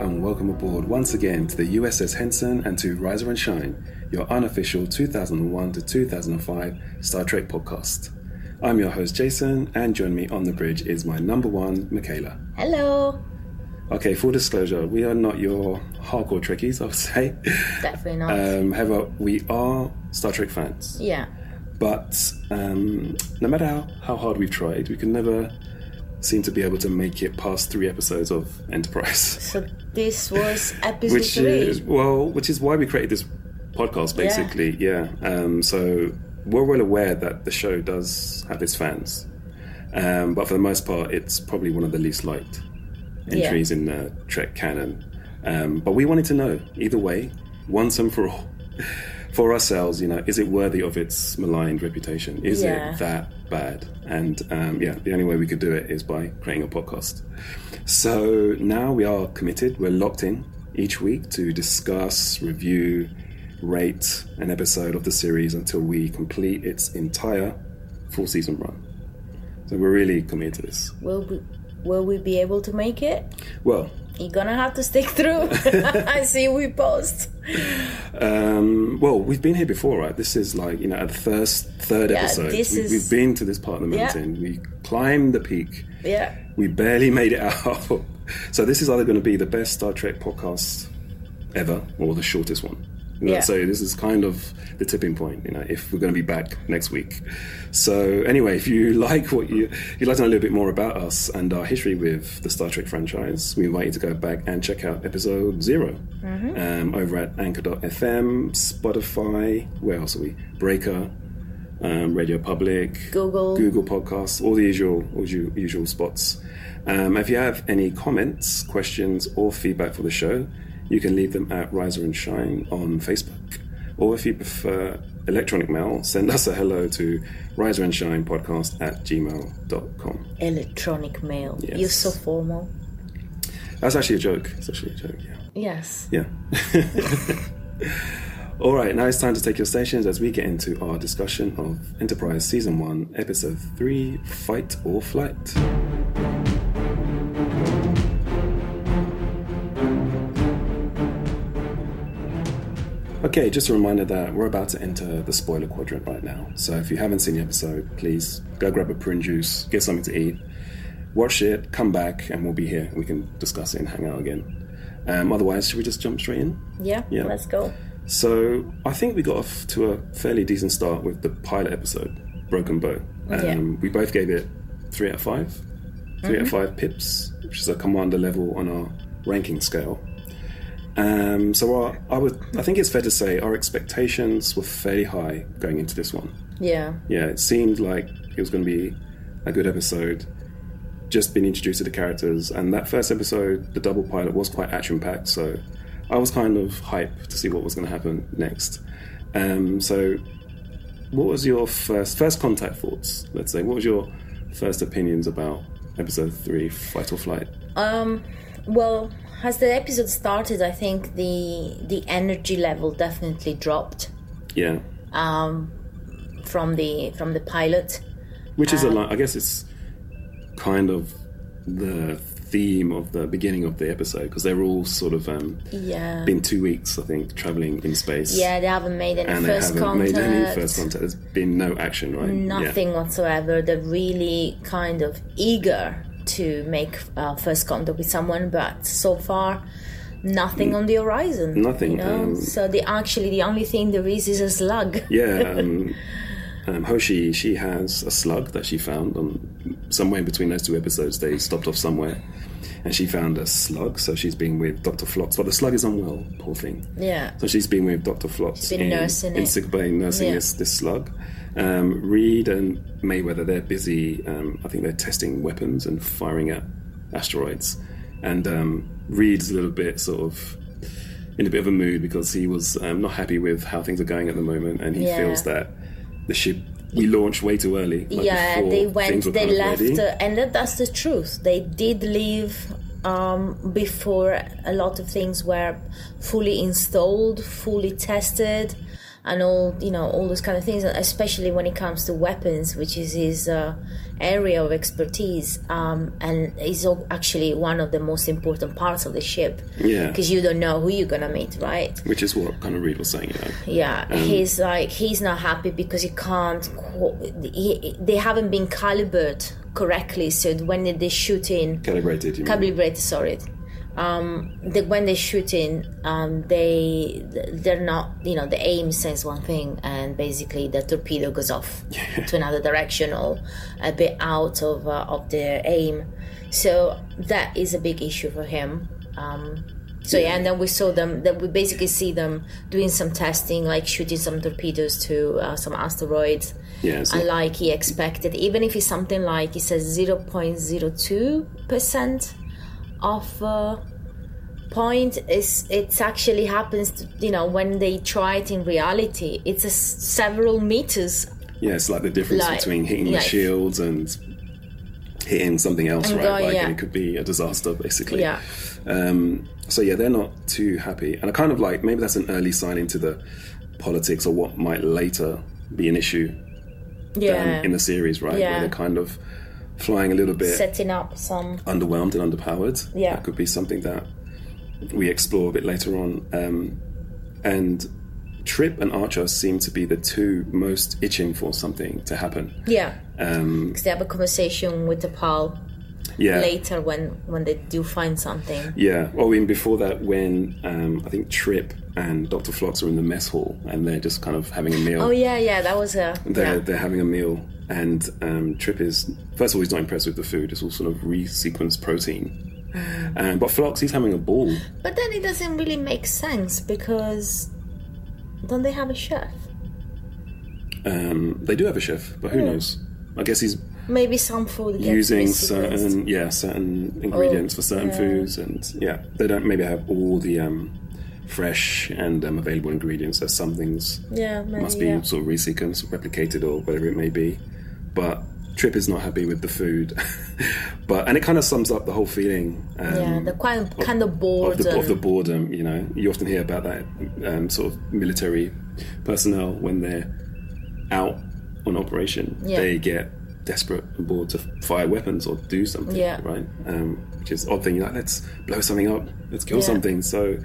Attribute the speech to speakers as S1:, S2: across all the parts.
S1: aboard once again to the USS Henson and to Riser and Shine, your unofficial 2001 to 2005 Star Trek podcast. I'm your host Jason, and join me on the bridge is my number one, Michaela.
S2: Hello.
S1: Okay, full disclosure, we are not your hardcore Trekkies, I would say.
S2: Definitely not.
S1: Um, however, we are Star Trek fans.
S2: yeah.
S1: But um, no matter how, how hard we've tried, we can never seem to be able to make it past three episodes of Enterprise.
S2: So this was episode
S1: which
S2: three.
S1: is well which is why we created this podcast basically yeah, Um, so we're well aware that the show does have its fans um, but for the most part it's probably one of the least liked
S2: Yeah.
S1: entries in the trek canon um, but we wanted to know either way once and for all for ourselves you know is it worthy of its maligned reputation is
S2: Yeah.
S1: it that bad and um, yeah the only way we could do it is by creating a podcast so now we are committed. We're locked in each week to discuss, review, rate an episode of the series until we complete its entire full season run. So we're really committed to this.
S2: Will we, will we be able to make it?
S1: Well,
S2: You're gonna have to stick through. I see we post.
S1: um, well, we've been here before, right? This is like you know at the first third
S2: Yeah,
S1: episode.
S2: this
S1: we,
S2: is-
S1: We've been to this part of the
S2: Yeah.
S1: mountain. We climbed the peak.
S2: Yeah.
S1: We barely made it out. So this is either going to be the best Star Trek podcast ever or the shortest one. You know,
S2: Yeah.
S1: So this is kind of the tipping point, you know, if we're going to be back next week. So anyway, if you like what you you'd like to know a little bit more about us and our history with the Star Trek franchise, we invite you to go back and check out episode 0 um, over at Anchor.fm, Spotify, where else are we? Breaker, um, Radio Public,
S2: Google.
S1: Google Podcasts, all the usual, all usual, usual spots. Um, if you have any comments, questions, or feedback for the show, you can leave them at Riser and Shine on Facebook. Or if you prefer electronic mail, send us a hello to riser and shine podcast at gmail.com.
S2: Electronic mail.
S1: Yes.
S2: You're so formal.
S1: That's actually a joke. It's actually a joke, yeah.
S2: Yes.
S1: Yeah. All right, now it's time to take your stations as we get into our discussion of Enterprise Season 1, Episode 3 Fight or Flight. Okay, just a reminder that we're about to enter the spoiler quadrant right now. So if you haven't seen the episode, please go grab a prune juice, get something to eat, watch it, come back, and we'll be here. We can discuss it and hang out again. Um, otherwise, should we just jump straight in?
S2: Yeah.
S1: Yeah.
S2: Let's go.
S1: So I think we got off to a fairly decent start with the pilot episode, Broken Bow. Um,
S2: Yeah.
S1: We both gave it three out of five, 3 out of five pips, which is a commander level on our ranking scale. Um, so our, I would, I think it's fair to say our expectations were fairly high going into this one.
S2: Yeah.
S1: Yeah, it seemed like it was going to be a good episode. Just been introduced to the characters, and that first episode, the double pilot, was quite action packed. So I was kind of hyped to see what was going to happen next. Um, so, what was your first first contact thoughts? Let's say, what was your first opinions about episode three, Fight or Flight?
S2: Well, as the episode started, I think the the energy level definitely dropped
S1: Yeah,
S2: from the from the pilot.
S1: which is a lot. I guess it's kind of the theme of the beginning of the episode because they're all sort of um,
S2: Yeah.
S1: been two weeks, I think, traveling in space.
S2: yeah, they haven't made any
S1: and they
S2: first
S1: haven't
S2: contact.
S1: made any first contact. There's been no action, right? Yeah.
S2: nothing whatsoever. They're really kind of eager to make uh, first contact with someone, but so far, nothing on the horizon.
S1: Mm. Nothing,
S2: You know?
S1: um,
S2: so the actually the only thing there is is a slug.
S1: Yeah. um, um, Hoshi, she has a slug that she found on somewhere in between those two episodes. They stopped off somewhere, and she found a slug. So she's been with Doctor Flox, but the slug is unwell. Poor thing.
S2: Yeah.
S1: So she's been with Dr. Flops
S2: been
S1: in,
S2: nursing
S1: in
S2: it.
S1: sick bay, nursing
S2: Yeah.
S1: this, this slug. Um, Reed and Mayweather, they're busy. Um, I think they're testing weapons and firing at asteroids. And um, Reed's a little bit sort of in a bit of a mood because he was um, not happy with how things are going at the moment, and he
S2: Yeah.
S1: feels that the ship we launched way too early. like
S2: yeah,
S1: before
S2: they
S1: things were
S2: went, they
S1: kind of
S2: left,
S1: ready.
S2: uh, and that, that's the truth. They did leave um, before a lot of things were fully installed, fully tested. and all you know all those kind of things especially when it comes to weapons which is his uh, area of expertise um, and is al- actually one of the most important parts of the ship
S1: Yeah.
S2: because you don't know who you're gonna meet right
S1: Which is what kind of Reed was saying, you know.
S2: yeah he's like he's not happy because he can't qu- he, they haven't been calibrated correctly so when they shoot in
S1: Calibrated, you mean.
S2: calibrated sorry um the, when they shoot in um they they're not you know the aim says one thing and basically the torpedo goes off to another direction or a bit out of uh, of their aim so that is a big issue for him um so yeah, and then we saw them. That we basically see them doing some testing, like shooting some torpedoes to uh, some asteroids,
S1: yeah, so
S2: and like he expected, even if it's something like he says 0.02% of uh, point is it actually happens to, you know when they try it in reality it's a s- several meters
S1: yeah, it's like the difference
S2: Like-
S1: between hitting the
S2: like-
S1: shields and hitting something else, right?
S2: going,
S1: like
S2: uh, yeah.
S1: it could be a disaster, basically.
S2: yeah
S1: Um, so yeah, they're not too happy, and I kind of like maybe that's an early sign into the politics or what might later be an issue um,
S2: yeah
S1: in the series, right?
S2: Yeah.
S1: Where they're kind of flying a little bit
S2: setting up some
S1: underwhelmed and underpowered.
S2: Yeah.
S1: that could be something that we explore a bit later on. Um, and Trip and Archer seem to be the two most itching for something to happen.
S2: yeah
S1: Um,
S2: because they have a conversation with the pal
S1: yeah,
S2: later when when they do find something
S1: Yeah. Well, I mean, before that, when um, I think Trip and Dr. Flox are in the mess hall and they're just kind of having a meal.
S2: oh yeah yeah that was a
S1: They're,
S2: yeah.
S1: they're having a meal, and um, Trip is, first of all, he's not impressed with the food. It's all sort of resequenced protein. Um, but Flox, he's having a ball.
S2: but then it doesn't really make sense because don't they have a chef
S1: Um, they do have a chef, but who knows? I guess he's
S2: Maybe some food gets
S1: using
S2: resequenced.
S1: certain, yeah, certain ingredients for certain
S2: Oh, yeah.
S1: foods, and yeah, they don't maybe have all the um, fresh and um, available ingredients. There's some things
S2: Yeah, maybe.
S1: must be
S2: yeah.
S1: sort of resequenced, replicated, or whatever it may be. But Trip is not happy with the food, but and it kind of sums up the whole feeling. Um,
S2: yeah, they're quite kind of
S1: of
S2: bored.
S1: the, of
S2: and-
S1: the boredom, you know, you often hear about that um, sort of military personnel when they're out on operation,
S2: Yeah.
S1: they get desperate and bored to fire weapons or do something,
S2: Yeah.
S1: right? Um, which is odd thing. You're like, let's blow something up, let's kill
S2: Yeah.
S1: something. So,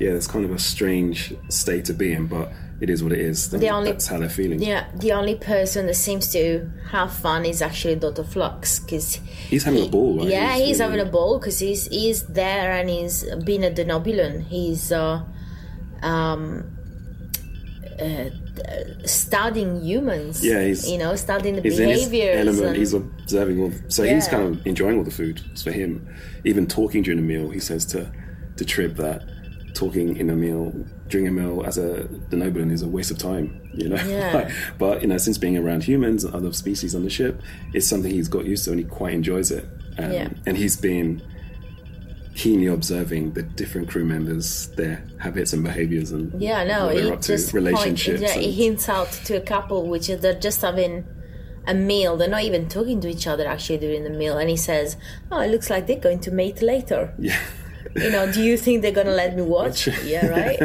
S1: yeah, it's kind of a strange state to be in, but it is what it is. Then
S2: The only-
S1: that's how they're feeling.
S2: yeah, the only person that seems to have fun is actually Dr. Flux because
S1: He's having a ball, right?
S2: yeah, he's,
S1: really-
S2: having a ball because he's he's there and he's been a denobulant. He's uh, um, uh, studying humans.
S1: Yeah, he's-
S2: you know studying the
S1: He's in his
S2: behaviors.
S1: element.
S2: and-
S1: He's observing all. So he's
S2: Yeah.
S1: kind of enjoying all the food. It's for him. Even talking during a meal, he says to to Trib that talking in a meal during a meal as a denobulan is a waste of time. You know.
S2: Yeah.
S1: but you know, since being around humans and other species on the ship, it's something he's got used to and he quite enjoys it. Um,
S2: Yeah.
S1: And he's been keenly observing the different crew members, their habits and behaviors, and
S2: Yeah, no,
S1: what they're
S2: it
S1: up to,
S2: just
S1: relationships.
S2: Point, yeah, it
S1: and-
S2: hints out to a couple which is they're just having a meal. They're not even talking to each other actually during the meal. And he says, "Oh, it looks like they're going to mate later."
S1: yeah.
S2: You know, do you think they're gonna let me watch? yeah, right.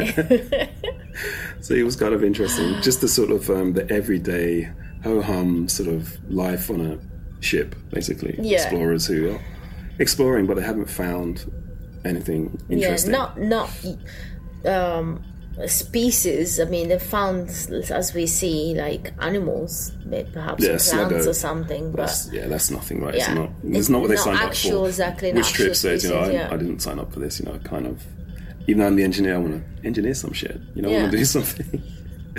S1: So it was kind of interesting, just the sort of um, the everyday ho hum sort of life on a ship, basically.
S2: Yeah.
S1: Explorers who are exploring, but they haven't found anything
S2: yeah,
S1: interesting.
S2: not not um, species. I mean, they found as we see like animals, perhaps
S1: Yeah,
S2: plants
S1: sluggo.
S2: or something, but.
S1: That's, yeah, that's nothing, right?
S2: Yeah.
S1: It's not. It's,
S2: It's
S1: not what they
S2: not
S1: signed up
S2: actual-
S1: for.
S2: exactly, not
S1: Which
S2: actual
S1: trip says, you know,
S2: species,
S1: I,
S2: yeah.
S1: I didn't sign up for this. You know, I kind of, even though I'm the engineer, I want to engineer some shit. You know, I want to
S2: Yeah.
S1: do something.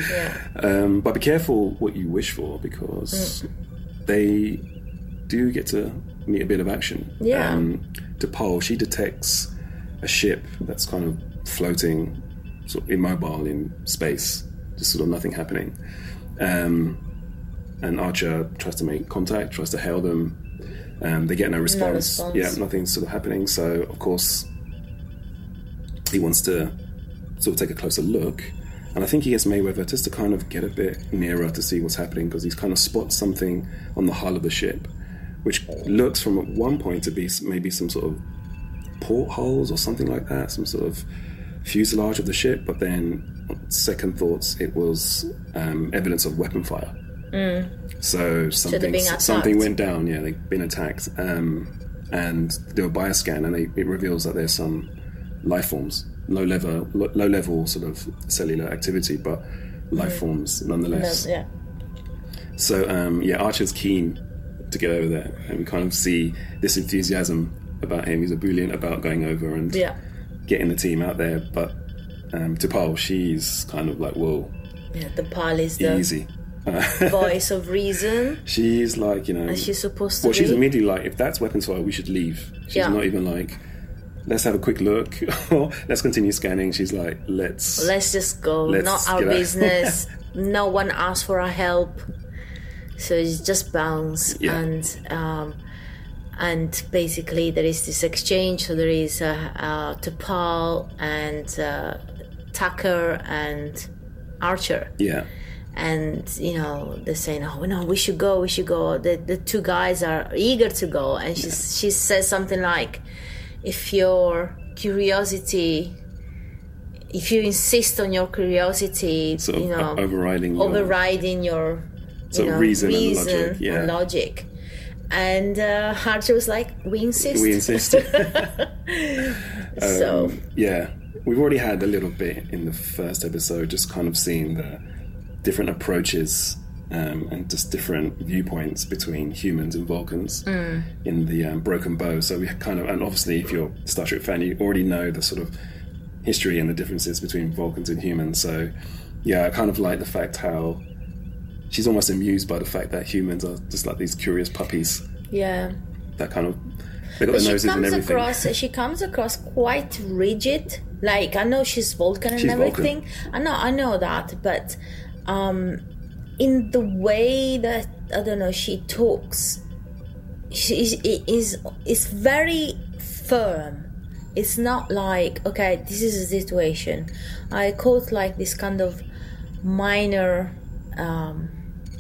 S2: Yeah.
S1: Um, but be careful what you wish for because
S2: Mm.
S1: they do get to meet a bit of action.
S2: Yeah.
S1: Um, to Paul, she detects a ship that's kind of floating, sort of immobile in space, just sort of nothing happening. Um, and Archer tries to make contact, tries to hail them. Um, they get no response.
S2: response.
S1: Yeah, nothing's sort of happening. So, of course, he wants to sort of take a closer look. And I think he gets Mayweather just to kind of get a bit nearer to see what's happening because he's kind of spots something on the hull of the ship, which looks from at one point to be s- maybe some sort of portholes or something like that, some sort of fuselage of the ship, but then on second thoughts, it was um, evidence of weapon fire. So something
S2: Mm. being attacked.
S1: something went down. Yeah, they've been attacked, um, and they were bioscan, and they, it reveals that there's some life forms, low level, lo- low level sort of cellular activity, but life forms nonetheless.
S2: Mm. yeah.
S1: So um, yeah, Archer's keen to get over there, and we kind of see this enthusiasm about him. He's ebullient about going over and
S2: Yeah.
S1: getting the team out there. But um, T'Pol, she's kind of like, whoa,
S2: Yeah, the pal is the
S1: easy.
S2: voice of reason.
S1: She's like, you know,
S2: She's supposed to
S1: well,
S2: be.
S1: she's immediately like, if that's weapons fire, we should leave. She's
S2: Yeah.
S1: not even like, let's have a quick look or let's continue scanning. She's like, let's.
S2: Let's just go.
S1: Let's
S2: Not our
S1: get out.
S2: business. no one asked for our help. So it's just bounce
S1: Yeah.
S2: and um, and basically there is this exchange. So there is uh, uh, Topal and uh, Tucker and Archer.
S1: yeah,
S2: and you know they're saying oh no we should go we should go the, the two guys are eager to go and she she says something like if your curiosity if you insist on your curiosity
S1: sort of
S2: you know
S1: o- overriding. your-
S2: overriding your
S1: Sort
S2: you
S1: of
S2: know,
S1: reason and
S2: reason
S1: logic, yeah.
S2: and logic and uh, Archer was like we insist
S1: we insist. Um,
S2: so
S1: yeah, we've already had a little bit in the first episode, just kind of seeing the different approaches um, and just different viewpoints between humans and Vulcans
S2: Mm.
S1: in the um, Broken Bow. So we kind of, and obviously, if you're a Star Trek fan, you already know the sort of history and the differences between Vulcans and humans. So yeah, I kind of like the fact how. She's almost amused by the fact that humans are just like these curious puppies
S2: yeah
S1: that kind of they got their
S2: she
S1: noses and
S2: comes
S1: everything.
S2: across she comes across quite rigid like i know she's vulcan and
S1: She's
S2: everything i know i know that but um in the way that i don't know she talks she is it is it's very firm it's not like okay this is the situation i caught like this kind of minor um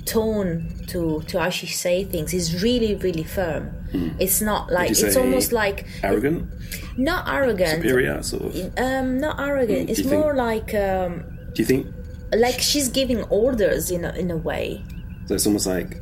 S2: tone to to actually say things is really really firm it's not like
S1: Hmm. you
S2: it's
S1: say
S2: almost like
S1: Arrogant,
S2: not arrogant
S1: superior, sort of.
S2: um not arrogant
S1: do
S2: it's
S1: you think-
S2: more like um
S1: Do you think
S2: like she's giving orders in a, in a way
S1: so? It's almost like,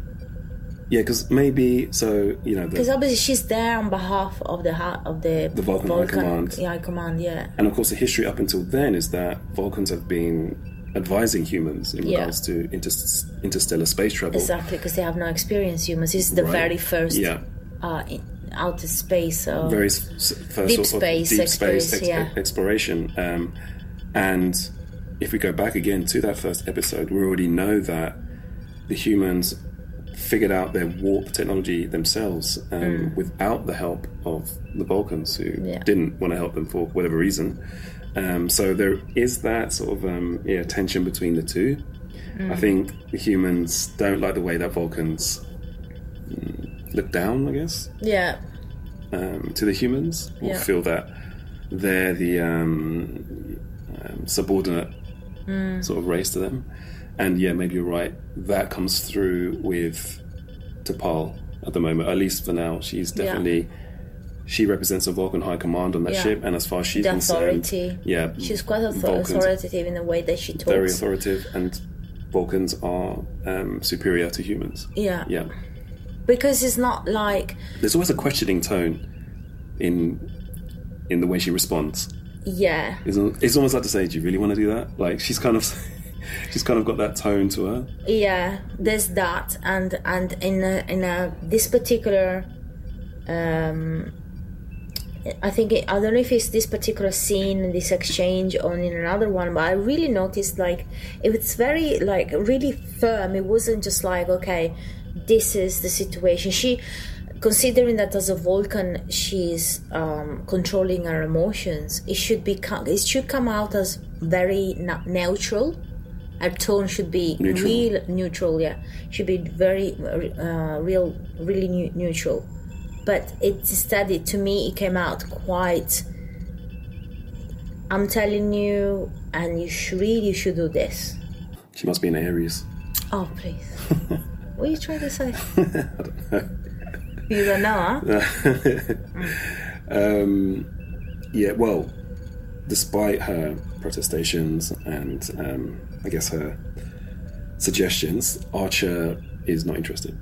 S1: yeah, because maybe so you know,
S2: because
S1: the,
S2: obviously she's there on behalf of the ha- of the,
S1: The Vulcan High Command.
S2: yeah, High command yeah
S1: and of course the history up until then is that Vulcans have been advising humans in
S2: Yeah.
S1: regards to inter- interstellar space travel.
S2: exactly because they have no experience humans it's the
S1: Oh. Right.
S2: very first
S1: Yeah,
S2: uh in, outer space uh,
S1: very s- s- first
S2: Deep
S1: sort
S2: space
S1: of deep space
S2: experience, yeah.
S1: exploration. Um, and if we go back again to that first episode, we already know that the humans figured out their warp technology themselves um, without the help of the Vulcans, who
S2: Hmm. Yeah.
S1: didn't want to help them for whatever reason. Um, so there is that sort of um, yeah, tension between the two.
S2: Hmm.
S1: I think the humans don't like the way that Vulcans mm, look down, I guess,
S2: yeah
S1: um, to the humans or
S2: Yeah.
S1: feel that they're the um, um, subordinate
S2: Mm.
S1: sort of race to them. And yeah, maybe you're right. That comes through with T'Pol at the moment, at least for now. She's definitely. She represents a Vulcan high command on that
S2: Yeah.
S1: ship, and as far as she's
S2: The
S1: concerned,
S2: authority.
S1: yeah,
S2: she's quite author-
S1: Vulcans are
S2: authoritative in the way that she
S1: very
S2: talks
S1: authoritative, and Vulcans are um, superior to humans.
S2: yeah.
S1: Yeah,
S2: because it's not like
S1: there's always a questioning tone in in the way she responds.
S2: yeah
S1: It's, al- it's almost like to say, do you really want to do that? Like she's kind of, she's kind of got that tone to her.
S2: yeah there's that and and in a, in a this particular um i think it, i don't know if it's this particular scene this exchange or in another one but i really noticed like it was very like really firm it wasn't just like okay this is the situation she considering that as a vulcan she's um controlling her emotions it should be co- it should come out as very na- neutral our tone should be
S1: Neutral.
S2: real neutral yeah should be very uh, real really neu- neutral but it instead it, to me it came out quite i'm telling you and you sh- really should do this
S1: She must be an Aries.
S2: oh please what are you trying to say you don't know huh?
S1: um, yeah. Well, despite her protestations and um, I guess her suggestions, Archer is not interested.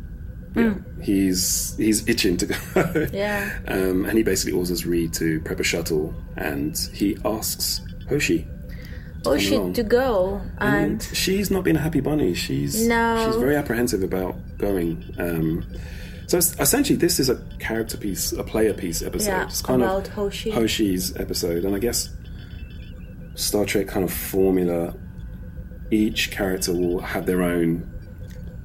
S1: Yeah. He's he's itching to go.
S2: Yeah.
S1: Um, and he basically orders Reed to prep a shuttle, and he asks Hoshi,
S2: Oh shit,
S1: along.
S2: to go uh, and
S1: and she's not been a happy bunny. She's
S2: No.
S1: she's very apprehensive about going. Um, so it's, essentially, this is a character piece, a player piece episode.
S2: Yeah,
S1: it's kind
S2: about
S1: of
S2: Hoshi.
S1: Hoshi's episode, and I guess Star Trek kind of formula. Each character will have their own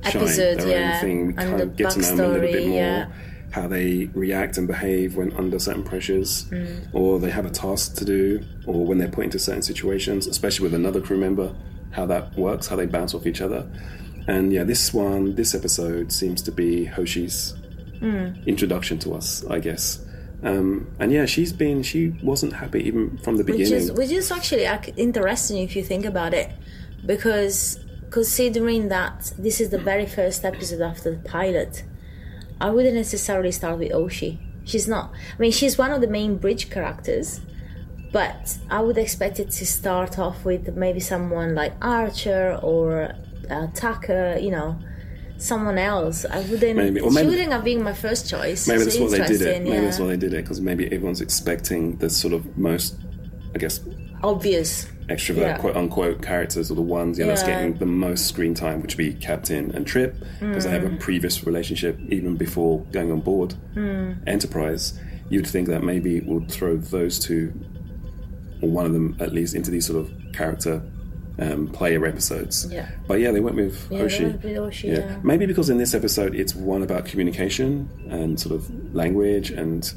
S1: shine,
S2: Episode,
S1: their
S2: yeah,
S1: own thing. We
S2: and
S1: kind
S2: the
S1: of get to know them a little
S2: backstory,
S1: bit more.
S2: yeah.
S1: How they react and behave when under certain pressures,
S2: Mm.
S1: or they have a task to do, or when they're put into certain situations, especially with another crew member, how that works, how they bounce off each other. And yeah, this one, this episode seems to be Hoshi's introduction to us, I guess. Um, and yeah, she's been, she wasn't happy even from the
S2: which
S1: beginning.
S2: is which is actually ac- interesting if you think about it because considering that this is the very first episode after the pilot i wouldn't necessarily start with oshi she's not i mean she's one of the main bridge characters but i would expect it to start off with maybe someone like archer or uh, tucker you know someone else i wouldn't
S1: Maybe, or
S2: she
S1: maybe-
S2: wouldn't have been my first choice
S1: Maybe
S2: So
S1: that's why they did it.
S2: interesting,
S1: Maybe
S2: yeah.
S1: that's why they did it because maybe everyone's expecting the sort of most, I guess,
S2: obvious
S1: extrovert
S2: Yeah.
S1: quote unquote characters or the ones yeah, that's
S2: Yeah.
S1: getting the most screen time, which would be Captain and Trip because they have
S2: Mm.
S1: a previous relationship even before going on board
S2: Mm.
S1: Enterprise. You'd think that maybe it would throw those two, or one of them at least, into these sort of character um, player episodes.
S2: Yeah.
S1: But yeah, they went with
S2: Yeah, they
S1: Hoshi.
S2: went with Hoshi, yeah.
S1: Maybe because in this episode it's one about communication and sort of language and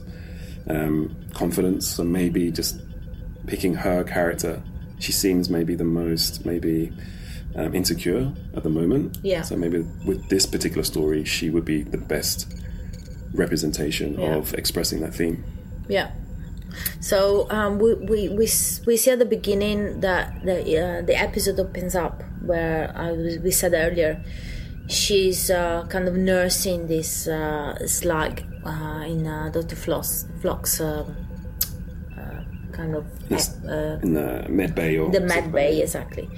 S1: um, confidence. So maybe just picking her character, she seems maybe the most maybe um, insecure at the moment.
S2: Yeah.
S1: So maybe with this particular story, she would be the best representation
S2: Yeah.
S1: of expressing that theme.
S2: Yeah. So um, we, we, we, s- we see at the beginning that the, uh, the episode opens up where I was, we said earlier she's uh, kind of nursing this uh, slag uh, in uh, Dr. Floss, Flock's um, uh, kind of
S1: Yes.
S2: ep- uh,
S1: In the med bay or
S2: the Mad Bay, exactly.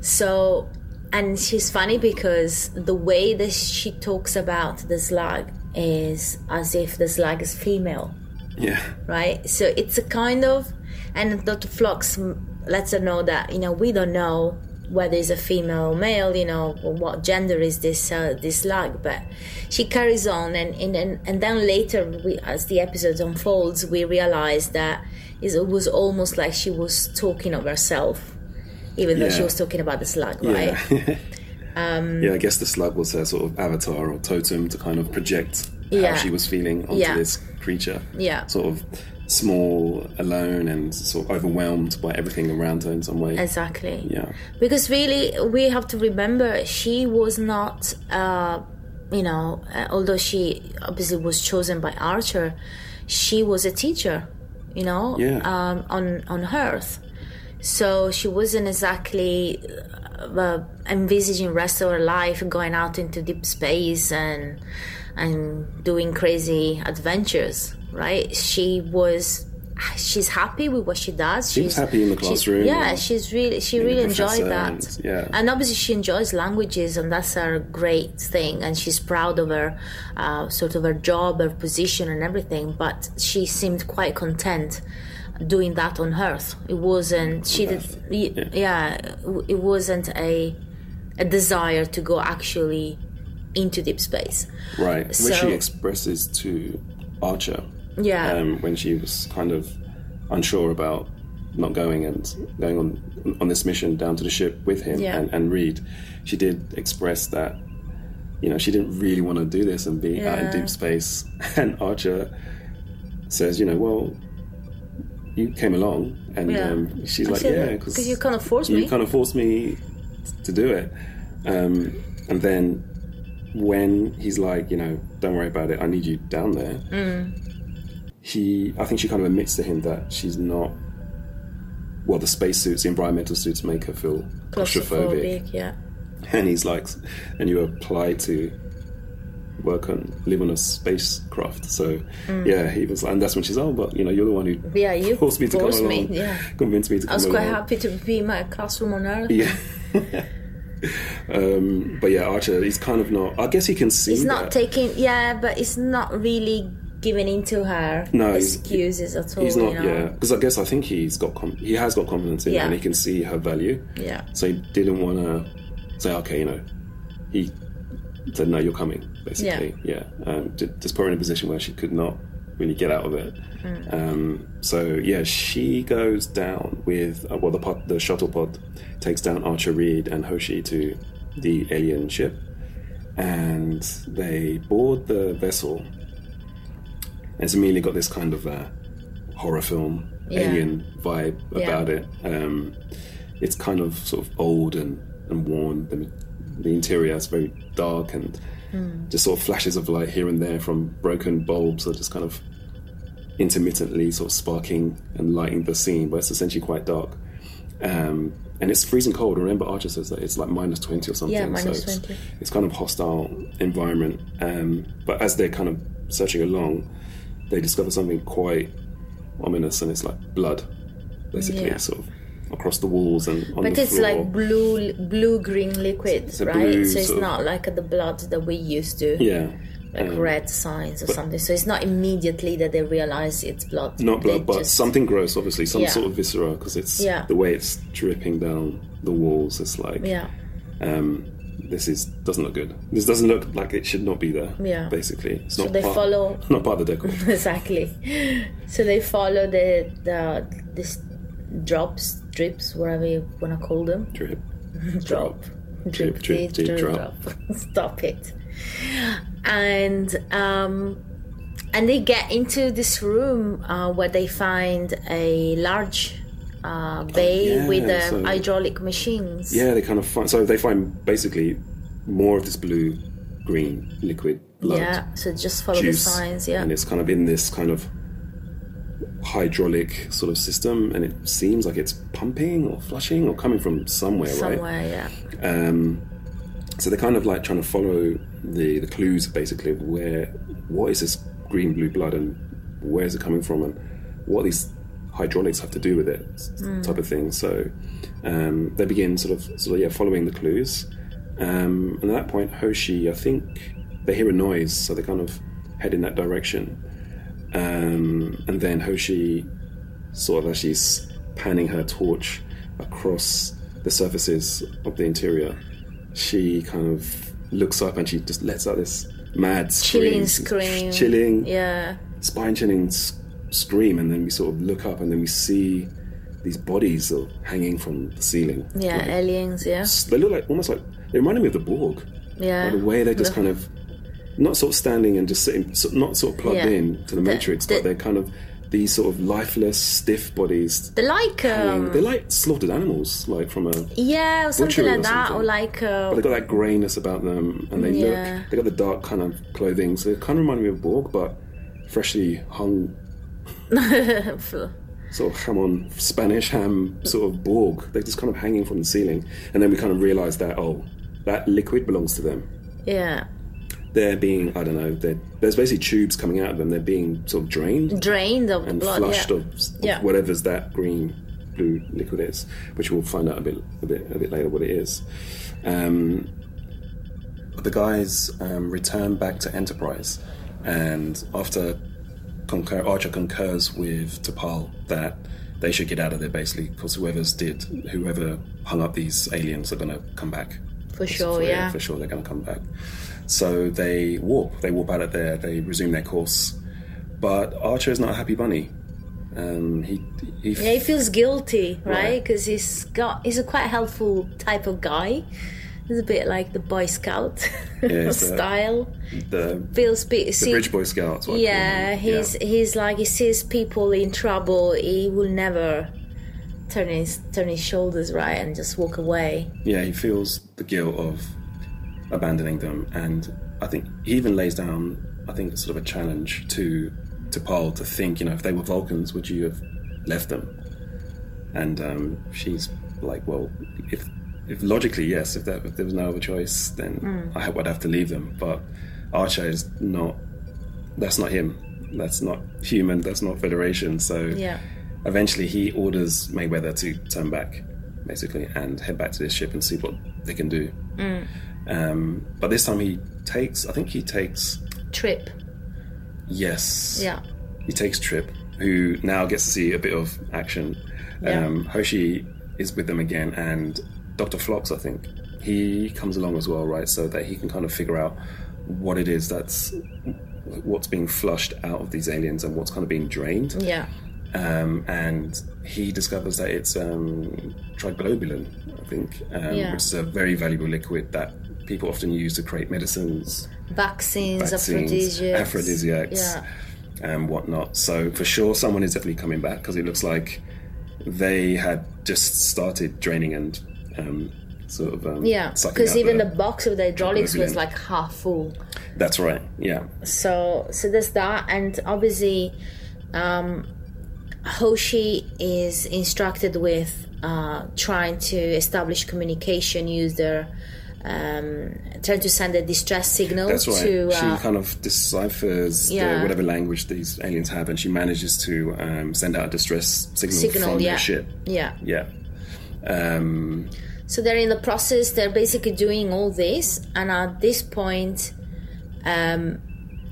S2: So, and she's funny because the way that she talks about the slag is as if the slag is female
S1: Yeah.
S2: right? So it's a kind of, and Dr. Flox m- lets her know that you know we don't know whether it's a female or male, you know, or what gender is this uh, this lag, but she carries on, and and and, and then later, we, as the episode unfolds, we realize that is- it was almost like she was talking of herself, even though she
S1: Yeah.
S2: was talking about the slag, right?
S1: Yeah. yeah, I guess the slug was her sort of avatar or totem to kind of project
S2: Yeah.
S1: how she was feeling onto
S2: Yeah.
S1: this creature.
S2: Yeah.
S1: Sort of small, alone, and sort of overwhelmed by everything around her in some way.
S2: Exactly.
S1: yeah.
S2: because really we have to remember she was not uh, you know uh, although she obviously was chosen by archer she was a teacher you know
S1: Yeah.
S2: um, on on earth so she wasn't exactly uh, envisaging rest of her life going out into deep space and and doing crazy adventures right she was she's happy with what she does she
S1: was happy in the classroom
S2: yeah
S1: and-
S2: she's really she really enjoyed
S1: professor
S2: that
S1: and- yeah.
S2: and obviously she enjoys languages and that's her great thing and she's proud of her uh, sort of her job her position and everything but she seemed quite content doing that on earth it wasn't she did
S1: Earth,
S2: y- yeah w- it wasn't a a desire to go actually into deep space
S1: Right. Which
S2: So-
S1: she expresses to Archer
S2: yeah
S1: um, when she was kind of unsure about not going and going on on this mission down to the ship with him
S2: Yeah.
S1: and, and Reed. She did express that you know she didn't really want to do this and be out in
S2: Yeah.
S1: deep space. And Archer says, you know, well, you came along, and
S2: Yeah.
S1: um, she's
S2: I
S1: like,
S2: said,
S1: yeah,
S2: because you kind of forced
S1: you
S2: me
S1: kind of forced me to do it. Um, and then when he's like, you know, don't worry about it, I need you down there.
S2: Mm.
S1: He, I think she kind of admits to him that she's not. Well, the spacesuits, the environmental suits, make her feel claustrophobic,
S2: claustrophobic yeah
S1: and he's like, and you apply to work and live on a spacecraft. So
S2: Mm.
S1: yeah, he was, and that's when she's oh, but you know, you're the one who
S2: Yeah, you
S1: forced me to
S2: forced
S1: come
S2: me,
S1: along,
S2: yeah.
S1: convinced me to come
S2: I was quite
S1: along.
S2: happy to be in my classroom on Earth.
S1: Yeah. um, but yeah, Archer, he's kind of not. I guess he can see.
S2: It's not
S1: that.
S2: taking, yeah, but it's not really giving in to her
S1: No, he's-
S2: excuses at all.
S1: He's not,
S2: you know?
S1: yeah, because I guess I think he's got com- he has got confidence in, her
S2: Yeah.
S1: and he can see her value.
S2: Yeah.
S1: So he didn't want to say, okay, you know, he said, no, you're coming, basically. Yeah. Um, j- just put her in a position where she could not really get out of it. Um, so, yeah, she goes down with, uh, well, the, pod, the shuttle pod takes down Archer Reed and Hoshi to the alien ship. And they board the vessel. And it's immediately got this kind of uh, horror film,
S2: Yeah.
S1: alien vibe
S2: Yeah.
S1: about it. Um, it's kind of sort of old and, and worn. The, the interior is very dark and
S2: Hmm.
S1: just sort of flashes of light here and there from broken bulbs are just kind of intermittently sort of sparking and lighting the scene, but it's essentially quite dark. Um, and it's freezing cold. Remember, Archer says that it's like minus 20 or something.
S2: Yeah, minus
S1: it's-
S2: 20.
S1: It's kind of hostile environment. Um, but as they're kind of searching along, they discover something quite ominous and it's like blood, basically,
S2: Yeah.
S1: sort of across the walls and on
S2: But
S1: the
S2: it's
S1: floor.
S2: like blue, blue green liquid,
S1: a
S2: right?
S1: blue
S2: so it's
S1: sort of-
S2: not like the blood that we used to,
S1: yeah.
S2: like
S1: Um,
S2: red signs or something. So it's not immediately that they realize it's blood.
S1: not
S2: They
S1: blood, but
S2: just-
S1: something gross, obviously, some
S2: Yeah.
S1: sort of viscera, because it's
S2: Yeah.
S1: the way it's dripping down the walls. It's like
S2: Yeah,
S1: um, this is doesn't look good. This doesn't look like it should not be there.
S2: Yeah.
S1: basically, it's not
S2: they
S1: part,
S2: follow-
S1: not part of the decor.
S2: exactly. So they follow the the this drops, drips, whatever you wanna call them.
S1: Drip.
S2: drop,
S1: Drip, drip,
S2: drip, drip,
S1: drip,
S2: drop. Stop it. And um, and they get into this room uh, where they find a large uh, bay
S1: Oh, yeah,
S2: with um,
S1: so-
S2: hydraulic machines.
S1: Yeah, they kind of find so they find basically more of this blue green liquid blood
S2: Yeah, so just follow
S1: juice,
S2: the signs. Yeah,
S1: and it's kind of in this kind of hydraulic sort of system, and it seems like it's pumping or flushing or coming from somewhere, right?
S2: somewhere. Yeah,
S1: Um, so they're kind of like trying to follow the, the clues, basically, of where what is this green blue blood and where is it coming from and what these hydraulics have to do with it, s-
S2: Mm.
S1: type of thing. So um, they begin sort of sort of yeah following the clues, um, and at that point Hoshi, I think they hear a noise, so they kind of head in that direction, um, and then Hoshi sort of as she's panning her torch across the surfaces of the interior, she kind of looks up and she just lets out this mad
S2: chilling
S1: scream,
S2: scream.
S1: chilling,
S2: Yeah,
S1: spine chilling s- scream. And then we sort of look up and then we see these bodies of hanging from the ceiling.
S2: yeah,
S1: Like,
S2: aliens. Yeah,
S1: s- they look like almost like they reminded me of the Borg.
S2: yeah.
S1: By the way they're just kind of not sort of standing and just sitting, so- not sort of plugged
S2: Yeah.
S1: in to the,
S2: The-
S1: matrix, but
S2: the-
S1: they're kind of these sort of lifeless, stiff bodies
S2: They like um,
S1: they're like slaughtered animals, like from a. But
S2: yeah, or something
S1: butchery
S2: like
S1: or
S2: that,
S1: something.
S2: or like uh,
S1: they got that greyness about them, and they
S2: Yeah.
S1: look. They got the dark kind of clothing, so it kind of reminded me of Borg, but freshly hung, sort of ham on Spanish ham, sort of Borg. They're just kind of hanging from the ceiling, and then we kind of realize that oh, that liquid belongs to them.
S2: yeah,
S1: They're being I don't know. They're, there's basically tubes coming out of them. They're being sort of drained.
S2: drained of the
S1: and
S2: Mm. blood.
S1: flushed
S2: yeah.
S1: of, of
S2: Yeah.
S1: whatever's that green blue liquid is, which we'll find out a bit a bit a bit later what it is. Um, the guys um, return back to Enterprise, and after concur, Archer concurs with T'Pol that they should get out of there basically because whoever's did whoever hung up these aliens are going to come back
S2: For sure,
S1: for,
S2: yeah.
S1: for sure they're going to come back. So they warp. They warp out of there. They resume their course. But Archer is not a happy bunny. Um, he he.
S2: Yeah, he feels guilty, right?
S1: Right.
S2: Because he's got he's a quite helpful type of guy. He's a bit like the Boy Scout
S1: it's that-
S2: style.
S1: the,
S2: feels be-
S1: uh, the
S2: see,
S1: Bridge Boy Scouts. what I call
S2: yeah,
S1: them.
S2: he's he's like he sees people in trouble. He will never turn his turn his shoulders right and just walk away.
S1: yeah, he feels the guilt of abandoning them, and I think he even lays down, I think, sort of a challenge to to Paul to think, you know, if they were Vulcans, would you have left them? And um, she's like, well, if if logically yes, if, that, if there was no other choice, then I would have to leave them, but Archer is not. That's not him. That's not human. That's not Federation. So
S2: Yeah.
S1: eventually, he orders Mayweather to turn back, basically, and head back to his ship and see what they can do.
S2: Mm.
S1: Um, but this time, he takes. I think he takes.
S2: Trip.
S1: Yes.
S2: Yeah.
S1: He takes Trip, who now gets to see a bit of action.
S2: Yeah.
S1: Um, Hoshi is with them again, and Dr. Flops, I think, he comes along as well, right? So that he can kind of figure out what it is that's what's being flushed out of these aliens and what's kind of being drained.
S2: Yeah.
S1: Um, and he discovers that it's um, triglobulin, I think, um,
S2: Yeah.
S1: which is a very valuable liquid that people often use to create medicines,
S2: Vaccines,
S1: vaccines,
S2: aphrodisiacs.
S1: aphrodisiacs,
S2: Yeah.
S1: and whatnot. So for sure, someone is definitely coming back because it looks like they had just started draining and um, sort of um,
S2: Yeah.
S1: sucking
S2: Because
S1: out
S2: even the box of the hydraulics was
S1: Globulin.
S2: like half full.
S1: that's right, yeah,
S2: So so there's that, and obviously, um, Hoshi is instructed with uh, trying to establish communication, use their um, trying to send a distress signal
S1: that's right.
S2: to uh,
S1: she kind of deciphers
S2: Yeah.
S1: the, whatever language these aliens have, and she manages to um, send out a distress signal,
S2: signal.
S1: from
S2: Yeah,
S1: the ship.
S2: yeah.
S1: Yeah. Um,
S2: So they're in the process. They're basically doing all this, and at this point, um,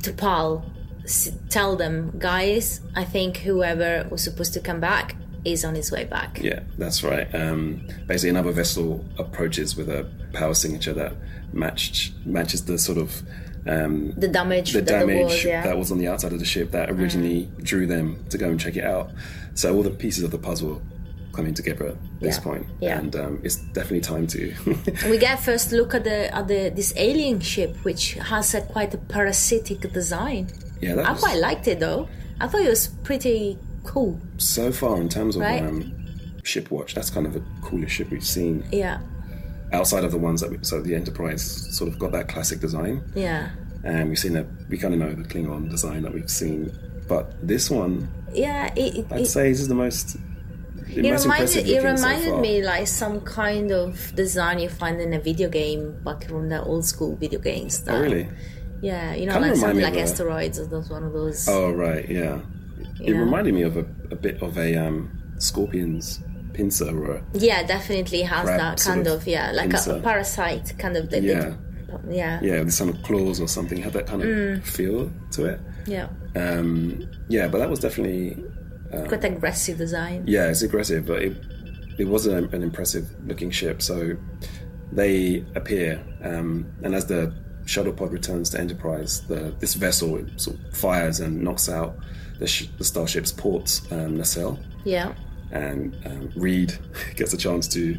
S2: Tupal s- tell them, guys, I think whoever was supposed to come back is on his way back.
S1: yeah, that's right. Um, basically, another vessel approaches with a power signature that matched matches the sort of um,
S2: The damage,
S1: the
S2: that
S1: damage
S2: there was, yeah. Mm.
S1: that was on the outside of the ship that originally drew them to go and check it out. So all the pieces of the puzzle are coming together at this
S2: Yeah.
S1: point,
S2: Yeah.
S1: and um, it's definitely time to.
S2: We get first look at the at the this alien ship, which has a quite a parasitic design.
S1: yeah, that
S2: I
S1: was-
S2: quite liked it though. I thought it was pretty cool.
S1: so far in terms of
S2: Right.
S1: um, ship watch. That's kind of the coolest ship we've seen
S2: Yeah,
S1: outside of the ones that we, so the Enterprise sort of got that classic design.
S2: yeah,
S1: and we've seen a we kind of know the Klingon design that we've seen, but this one
S2: yeah. It it,
S1: I'd
S2: it,
S1: say this is the most.
S2: it reminded it reminded me like some kind of design you find in a video game back from the old school video games. That,
S1: Oh really?
S2: Yeah, you know,
S1: Kinda
S2: like
S1: remind
S2: something
S1: me
S2: like
S1: of a-
S2: asteroids or those one of those.
S1: Oh right, yeah. It
S2: Yeah.
S1: reminded me of a, a bit of a um, scorpion's pincer, or a,
S2: yeah, definitely has
S1: Crab
S2: that
S1: sort
S2: kind
S1: of
S2: of, yeah, like a, a
S1: insect.
S2: parasite kind of. that they-
S1: yeah,
S2: yeah,
S1: yeah, with some claws or something. Had that kind of
S2: Mm.
S1: feel to it.
S2: yeah.
S1: Um, yeah, but that was definitely
S2: Quite aggressive design.
S1: yeah, it's aggressive, but it it was an, an impressive looking ship. So they appear, um, and as the shuttle pod returns to Enterprise, the, this vessel it sort of fires and knocks out the, sh- the starship's ports um, nacelle,
S2: Yeah.
S1: and um, Reed gets a chance to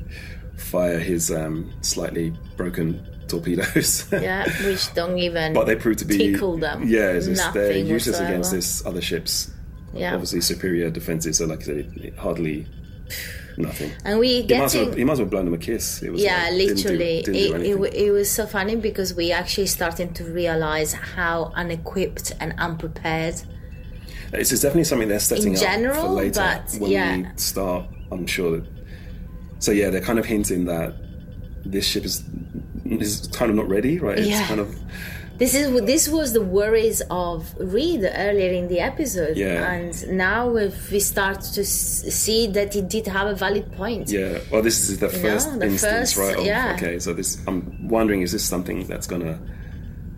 S1: fire his um, slightly broken torpedoes.
S2: yeah, which don't even.
S1: But they prove to be
S2: Tickle them.
S1: Yeah, it's just, they're
S2: Nothing
S1: useless
S2: whatsoever.
S1: against this other ship's
S2: yeah,
S1: obviously superior defenses. So, like I said, it, it hardly nothing.
S2: and
S1: He
S2: we
S1: might, as well,
S2: getting.
S1: he might as well blown him a kiss. It was
S2: yeah,
S1: like, didn't do-
S2: literally,
S1: didn't do
S2: it, it,
S1: anything.
S2: wa- it was so funny because we actually starting to realize how unequipped and unprepared.
S1: It's just definitely something they're setting
S2: general,
S1: up for later
S2: but
S1: when
S2: yeah.
S1: we start. I'm sure that. So yeah, they're kind of hinting that this ship is is kind of not ready, right? It's
S2: Yeah.
S1: kind of
S2: This is this was the worries of Reed earlier in the episode,
S1: Yeah.
S2: and now we've, we start to s- see that he did have a valid point.
S1: yeah. Well, this is the first
S2: the
S1: instance,
S2: first-
S1: right? of,
S2: yeah.
S1: Okay, so this I'm wondering is this something that's gonna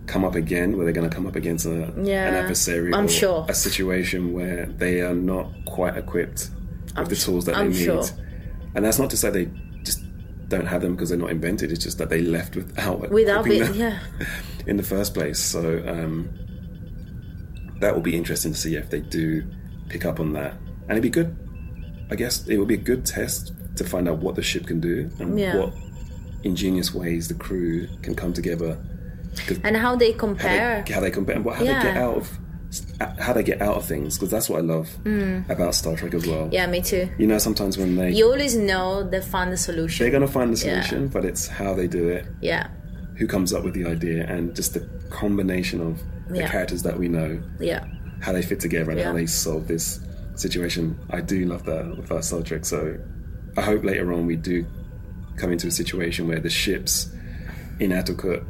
S1: come up again, where they're gonna come up against a,
S2: Yeah,
S1: an adversary,
S2: I'm
S1: or
S2: sure.
S1: a situation where they are not quite equipped with the tools that
S2: I'm
S1: they need.
S2: sure.
S1: And that's not to say they just don't have them because they're not invented. It's just that they left without
S2: Without
S1: equipping
S2: it,
S1: them
S2: yeah,
S1: in the first place. So um, that will be interesting to see if they do pick up on that. And it'd be good, I guess, it would be a good test to find out what the ship can do and
S2: Yeah.
S1: what ingenious ways the crew can come together,
S2: and how they
S1: how
S2: compare.
S1: they, how they compare, what- how they get
S2: Yeah.
S1: out of how they get out of things because that's what I love about Star Trek as well.
S2: Mm. yeah, me too.
S1: You know, sometimes when they
S2: You always know they found the solution.
S1: they're going to find the solution, but it's how they do it
S2: yeah,
S1: who comes up with the idea and just the combination of the
S2: Yeah.
S1: characters that we know,
S2: yeah.
S1: how they fit together and how
S2: Yeah.
S1: they solve this situation. I do love that about Star Trek. So I hope later on we do come into a situation where the ship's inadequate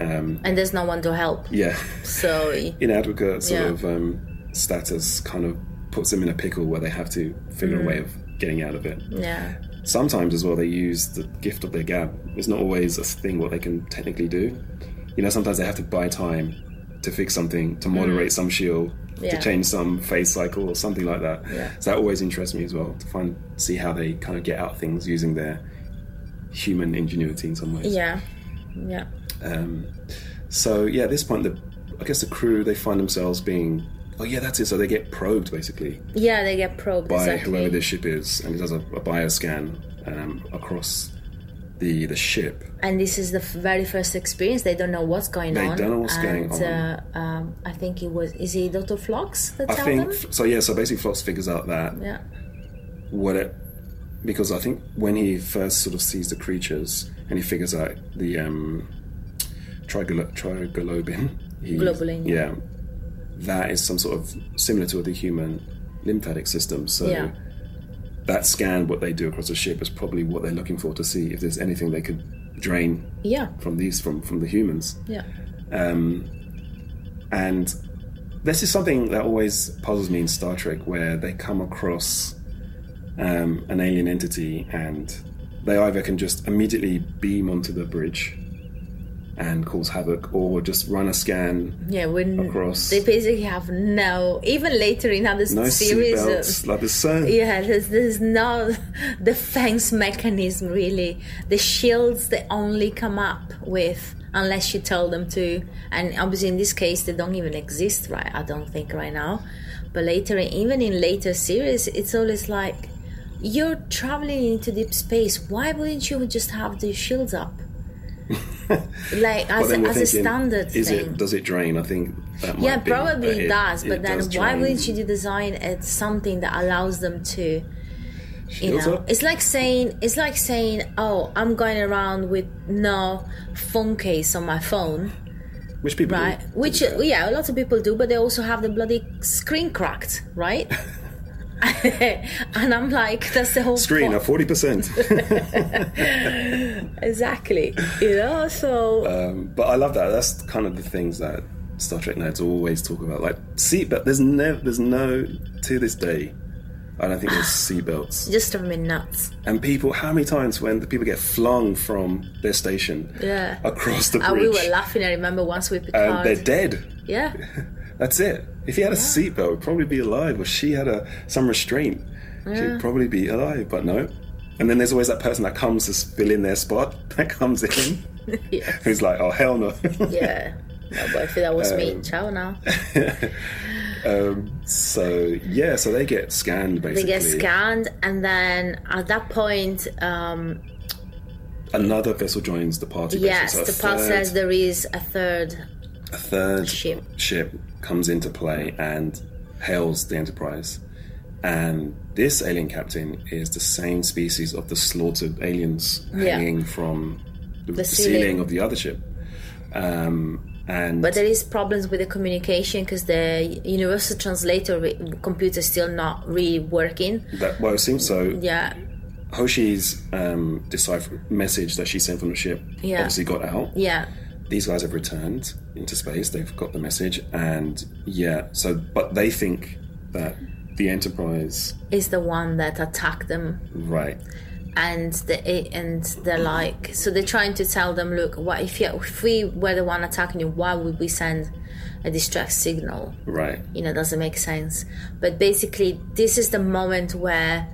S1: Um,
S2: and there's no one to help.
S1: yeah,
S2: So
S1: inadequate sort
S2: Yeah.
S1: of um, status kind of puts them in a pickle where they have to figure a way
S2: Mm.
S1: of getting out of it.
S2: yeah,
S1: Sometimes as well, they use the gift of their gab. It's not always a thing what they can technically do. You know, sometimes they have to buy time to fix something, to moderate some shield,
S2: Mm. Yeah.
S1: to change some phase cycle or something like that.
S2: Yeah.
S1: So that always interests me as well to find see how they kind of get out of things using their human ingenuity in some ways.
S2: yeah, yeah.
S1: Um, so yeah, at this point, the I guess the crew they find themselves being, oh yeah, that's it. So they get probed basically
S2: Yeah, they get probed
S1: by
S2: exactly.
S1: whoever this ship is, and it does a, a bioscan um, across the the ship.
S2: and this is the f- very first experience. They don't know what's going
S1: They
S2: on.
S1: don't know what's
S2: and,
S1: going on.
S2: Uh, um, I think it was is it Doctor Flox that
S1: I
S2: tell
S1: think
S2: them?
S1: so. Yeah, so basically, Flox figures out that
S2: Yeah,
S1: what it because I think when he first sort of sees the creatures and he figures out the um, trigolo- triglobin, he,
S2: Globulin, yeah.
S1: yeah, that is some sort of similar to the human lymphatic system. So
S2: Yeah.
S1: that scan, what they do across the ship, is probably what they're looking for to see if there's anything they could drain
S2: yeah,
S1: from these from from the humans.
S2: yeah.
S1: Um, And this is something that always puzzles me in Star Trek, where they come across um, an alien entity and they either can just immediately beam onto the bridge and cause havoc, or just run a scan
S2: Yeah, when
S1: across.
S2: they basically have no, even later in other
S1: No
S2: series, uh,
S1: seatbelts, like the sun.
S2: Yeah, there's, there's no defense mechanism really. The shields they only come up with unless you tell them to. And obviously, in this case, they don't even exist, right? I don't think right now. But later, even in later series, it's always like you're traveling into deep space. Why wouldn't you just have the shields up? like
S1: But
S2: as,
S1: then we're
S2: as a
S1: thinking,
S2: standard
S1: is
S2: thing.
S1: it does it drain? I think that might
S2: Yeah,
S1: be-
S2: probably
S1: that
S2: it,
S1: uh, it-
S2: does.
S1: it
S2: But then,
S1: does
S2: why
S1: drain.
S2: wouldn't you design it something that allows them to? You
S1: Shields
S2: know,
S1: up?
S2: it's like saying it's like saying, "Oh, I'm going around with no phone case on my phone,
S1: Which people do,
S2: right?"
S1: to be
S2: Which,
S1: fair.
S2: yeah, a lot of people do, but they also have the bloody screen cracked, right? and I'm like, that's the whole
S1: screen
S2: point.
S1: are forty percent.
S2: exactly. You know, so
S1: Um, but I love that. That's kind of the things that Star Trek nerds always talk about. Like seatbelt. There's no. There's no. To this day, I don't think there's seatbelts.
S2: just drive me nuts.
S1: And people, how many times when the people get flung from their station
S2: Yeah.
S1: across the
S2: And we
S1: bridge,
S2: were laughing. I remember once with
S1: and
S2: Picard.
S1: they're dead.
S2: yeah,
S1: That's it. If he had a seatbelt, he'd probably be alive. Or she had a some restraint, she'd probably be alive. But no. And then there's always that person that comes to fill in their spot. That comes in,
S2: yeah,
S1: who's like, "Oh hell no."
S2: yeah. No, but if that was me,
S1: Um,
S2: ciao now.
S1: Um, so yeah, so they get scanned
S2: They
S1: basically.
S2: get scanned, and then at that point, um,
S1: Another vessel joins the party.
S2: yes,
S1: basically.
S2: the
S1: So a
S2: part
S1: third-
S2: says there is a third.
S1: a third
S2: Ship.
S1: ship comes into play and hails the Enterprise. And this alien captain is the same species of the slaughtered aliens
S2: Yeah.
S1: hanging from the, the
S2: ceiling.
S1: ceiling. of the other ship. Um, and
S2: But there is problems with the communication because the universal translator re- computer is still not really working.
S1: that, well, it seems so.
S2: Yeah,
S1: Hoshi's um, decipher message that she sent from the ship
S2: Yeah.
S1: obviously got out.
S2: yeah,
S1: these guys have returned into space. They've got the message, and yeah. So, but they think that the Enterprise,
S2: is the one that attacked them,
S1: right?
S2: and the and they're like, so they're trying to tell them, look, what if you, if we were the one attacking you, why would we send a distress signal?
S1: Right.
S2: you know doesn't make sense but basically this is the moment where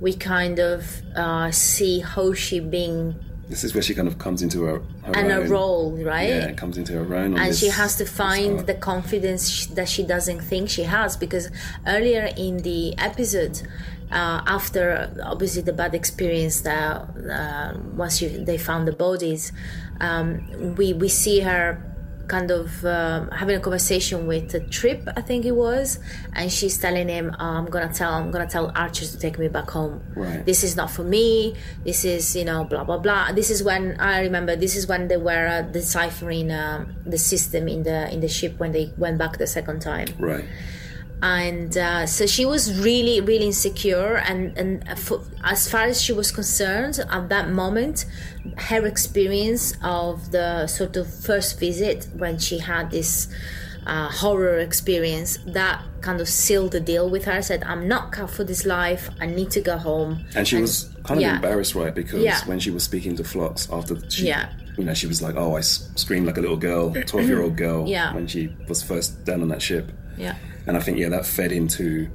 S2: we kind of uh, see hoshi being
S1: This is where she kind of comes into her, her
S2: in a
S1: own.
S2: role right
S1: Yeah, comes into her own, on
S2: and
S1: this-
S2: she has to
S1: this
S2: find
S1: arc.
S2: the confidence sh- that she doesn't think she has because earlier in the episode uh, after obviously the bad experience that uh, once you, they found the bodies um, we we see her kind of um, having a conversation with a trip i think it was and she's telling him oh, i'm gonna tell i'm gonna tell archer to take me back home
S1: Right.
S2: this is not for me this is you know blah blah blah this is when i remember this is when they were uh, deciphering um, the system in the in the ship when they went back the second time
S1: right.
S2: and uh, so she was really really insecure and and for, as far as she was concerned at that moment her experience of the sort of first visit when she had this uh, horror experience that kind of sealed the deal with her said i'm not cut for this life i need to go home
S1: And she was kind of
S2: yeah.
S1: embarrassed, right? Because
S2: Yeah.
S1: when she was speaking to Flux after she,
S2: Yeah.
S1: you know, she was like, "Oh, I s- screamed like a little girl, twelve-year-old girl,"
S2: Yeah.
S1: when she was first down on that ship.
S2: yeah
S1: And I think yeah, that fed into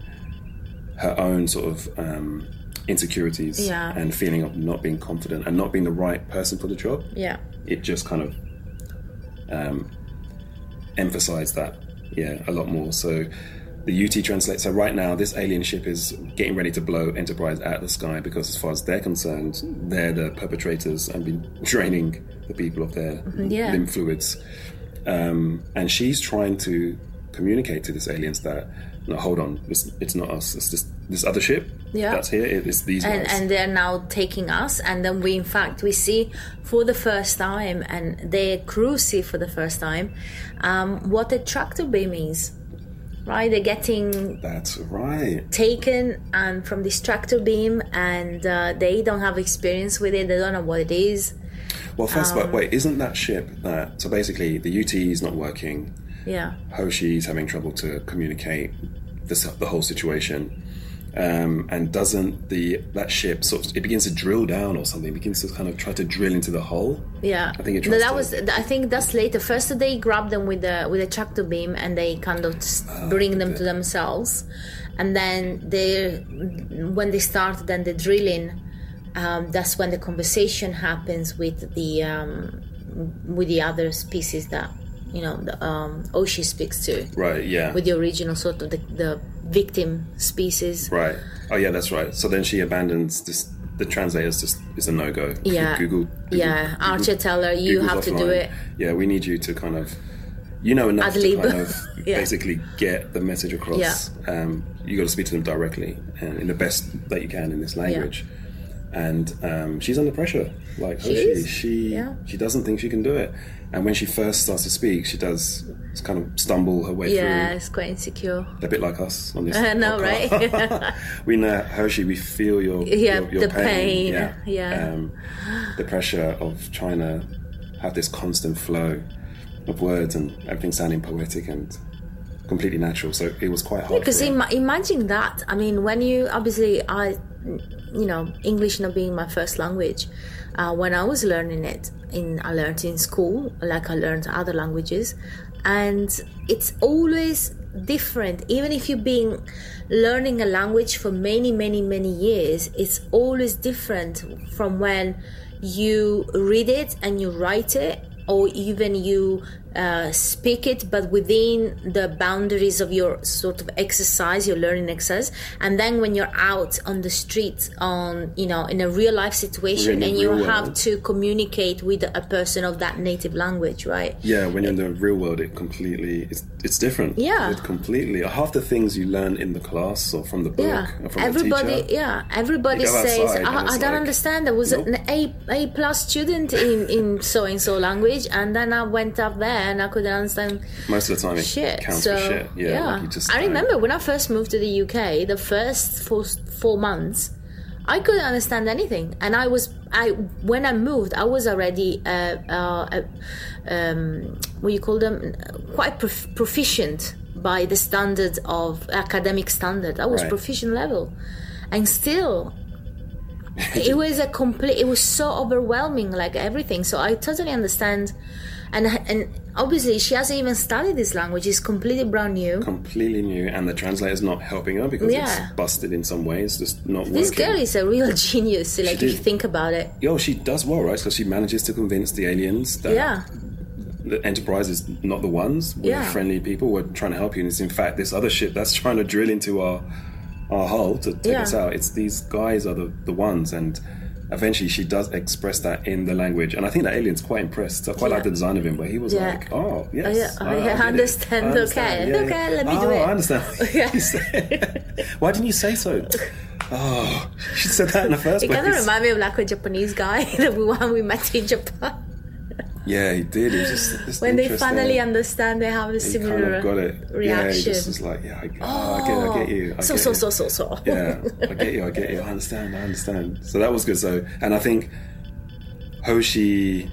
S1: her own sort of um, insecurities
S2: Yeah.
S1: and feeling of not being confident and not being the right person for the job.
S2: yeah
S1: It just kind of um, emphasized that, yeah, a lot more. So the UT translates. So right now, this alien ship is getting ready to blow Enterprise out of the sky because, as far as they're concerned, they're the perpetrators and been draining the people of their
S2: Mm-hmm. yeah.
S1: limb fluids. Um, and she's trying to communicate to this aliens that, no, hold on, it's, it's not us. It's this this other ship
S2: Yeah.
S1: that's here. It, it's these
S2: and,
S1: guys.
S2: and they're now taking us and then we in fact we see for the first time and the crew see for the first time um, what a tractor beam is right they're getting
S1: that's right.
S2: taken um, from this tractor beam and uh, they don't have experience with it they don't know what it is
S1: Well, first
S2: Um,
S1: of all, wait, isn't that ship that? So basically, the UT is not working.
S2: yeah
S1: Hoshi's having trouble to communicate this the whole situation, um, and doesn't the that ship sort of it begins to drill down or something? It begins to kind of try to drill into the hull.
S2: yeah
S1: I think it
S2: No, that
S1: tries
S2: was i think that's later first they grab them with the with a tractor beam and they kind of s-
S1: Oh,
S2: bring them to themselves and then they when they start then the drilling um, that's when the conversation happens with the um, with the other species that you know the um, oshi speaks to
S1: Right. Yeah.
S2: with the original sort of the, the victim species
S1: right. Oh yeah, that's right. So then she abandons this. The translator's just is a no go.
S2: Yeah.
S1: Google. Google-
S2: Yeah,
S1: Google-
S2: Archer tell her you
S1: Google's
S2: have to do
S1: offline.
S2: it.
S1: Yeah, we need you to kind of, you know, enough
S2: Ad lib.
S1: to kind of
S2: Yeah.
S1: basically get the message across.
S2: Yeah.
S1: Um, you got to speak to them directly and in the best that you can in this language. And um, she's under pressure. Like she,
S2: is.
S1: she,
S2: Yeah.
S1: she doesn't think she can do it. And when she first starts to speak, she does kind of stumble her way
S2: Yeah,
S1: through.
S2: it's quite insecure.
S1: A bit like us on this.
S2: I know,
S1: podcast.
S2: right?
S1: we know Hershey. We feel your
S2: Yeah,
S1: your, your
S2: the pain,
S1: Yeah,
S2: yeah.
S1: Um, the pressure of trying to have this constant flow of words and everything sounding poetic and completely natural. So it was quite hard.
S2: Because
S1: for her.
S2: Im- imagine that. I mean, when you obviously, I, you know, English not being my first language, uh, when I was learning it, in I learned in school, like I learned other languages, and it's always different. Even if you've been learning a language for many, many, many years, it's always different from when you read it and you write it or even you uh, speak it, but within the boundaries of your sort of exercise, your learning exercise. And then when you're out on the street, on you know, in a real life situation,
S1: in the
S2: and you
S1: real
S2: have
S1: world.
S2: to communicate with a person of that native language, right?
S1: yeah, when you're in the real world, it completely it's it's different.
S2: Yeah.
S1: it completely half the things you learn in the class or from the book
S2: Yeah,
S1: or from the
S2: everybody.
S1: teacher.
S2: Yeah, everybody
S1: You go
S2: says
S1: outside and
S2: I, I
S1: it's
S2: don't
S1: like,
S2: understand. I was
S1: nope.
S2: an A A plus student in in so and so language, and then I went up there and I couldn't understand
S1: Most of the time, it
S2: shit.
S1: counts
S2: so
S1: for shit. Yeah, like you just
S2: I
S1: don't-
S2: remember when I first moved to the UK, the first four four months, I couldn't understand anything, and I was I when I moved, I was already uh, uh, uh, um, what you call them quite prof- proficient by the standard of academic standard. I was
S1: Right.
S2: proficient level, and still it was a complete it was so overwhelming like everything so i totally understand and and obviously she hasn't even studied this language it's completely brand new
S1: completely new, and the translator's not helping her because
S2: Yeah.
S1: it's busted in some ways, just not working.
S2: this girl is a real genius like if
S1: did.
S2: you think about it
S1: Yo, she does well, right? So she manages to convince the aliens that
S2: yeah
S1: the Enterprise is not the ones. We're
S2: Yeah.
S1: friendly people. We're trying to help you. And it's in fact this other ship that's trying to drill into our our hull to take
S2: Yeah.
S1: us out. It's these guys are the, the ones. And eventually she does express that in the language. And I think that alien's quite impressed. So I quite
S2: Yeah.
S1: like the design of him where he was
S2: Yeah.
S1: like, oh, yes.
S2: I-
S1: ah,
S2: I
S1: get it.
S2: understand.
S1: I
S2: Okay. Okay, let me
S1: oh,
S2: do it."
S1: I understand. what
S2: Yeah.
S1: you said. Why didn't you say so? Oh, she said that in the first
S2: it
S1: place.
S2: kind of reminds me of like a japanese guy the one we met in japan
S1: Yeah, he did. He was just, just
S2: when they
S1: interesting.
S2: finally understand they have a
S1: he kind
S2: similar
S1: of got it. Yeah, he
S2: reaction.
S1: just was like, yeah, I, oh, I, get, I get you. I
S2: so
S1: get
S2: so
S1: you.
S2: so so so.
S1: yeah, I get you, I get you, I understand, I understand. So that was good. So, and I think Hoshi,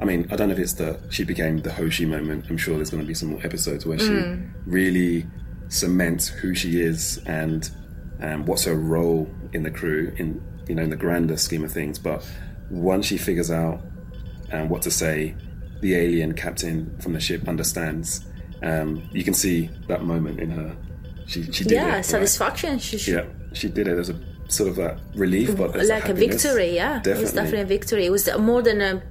S1: I mean, I don't know if it's the she became the Hoshi moment. I'm sure there's going to be some more episodes where she really cements who she is and um, what's her role in the crew in you know in the grander scheme of things. But once she figures out um, what to say, the alien captain from the ship understands. Um, you can see that moment in her. She, she did
S2: yeah,
S1: it, right?
S2: satisfaction. She should
S1: Yeah, she did it. There's a sort of that relief, but there's
S2: like a
S1: happiness.
S2: victory. Yeah,
S1: definitely.
S2: it was definitely a victory. It was more than a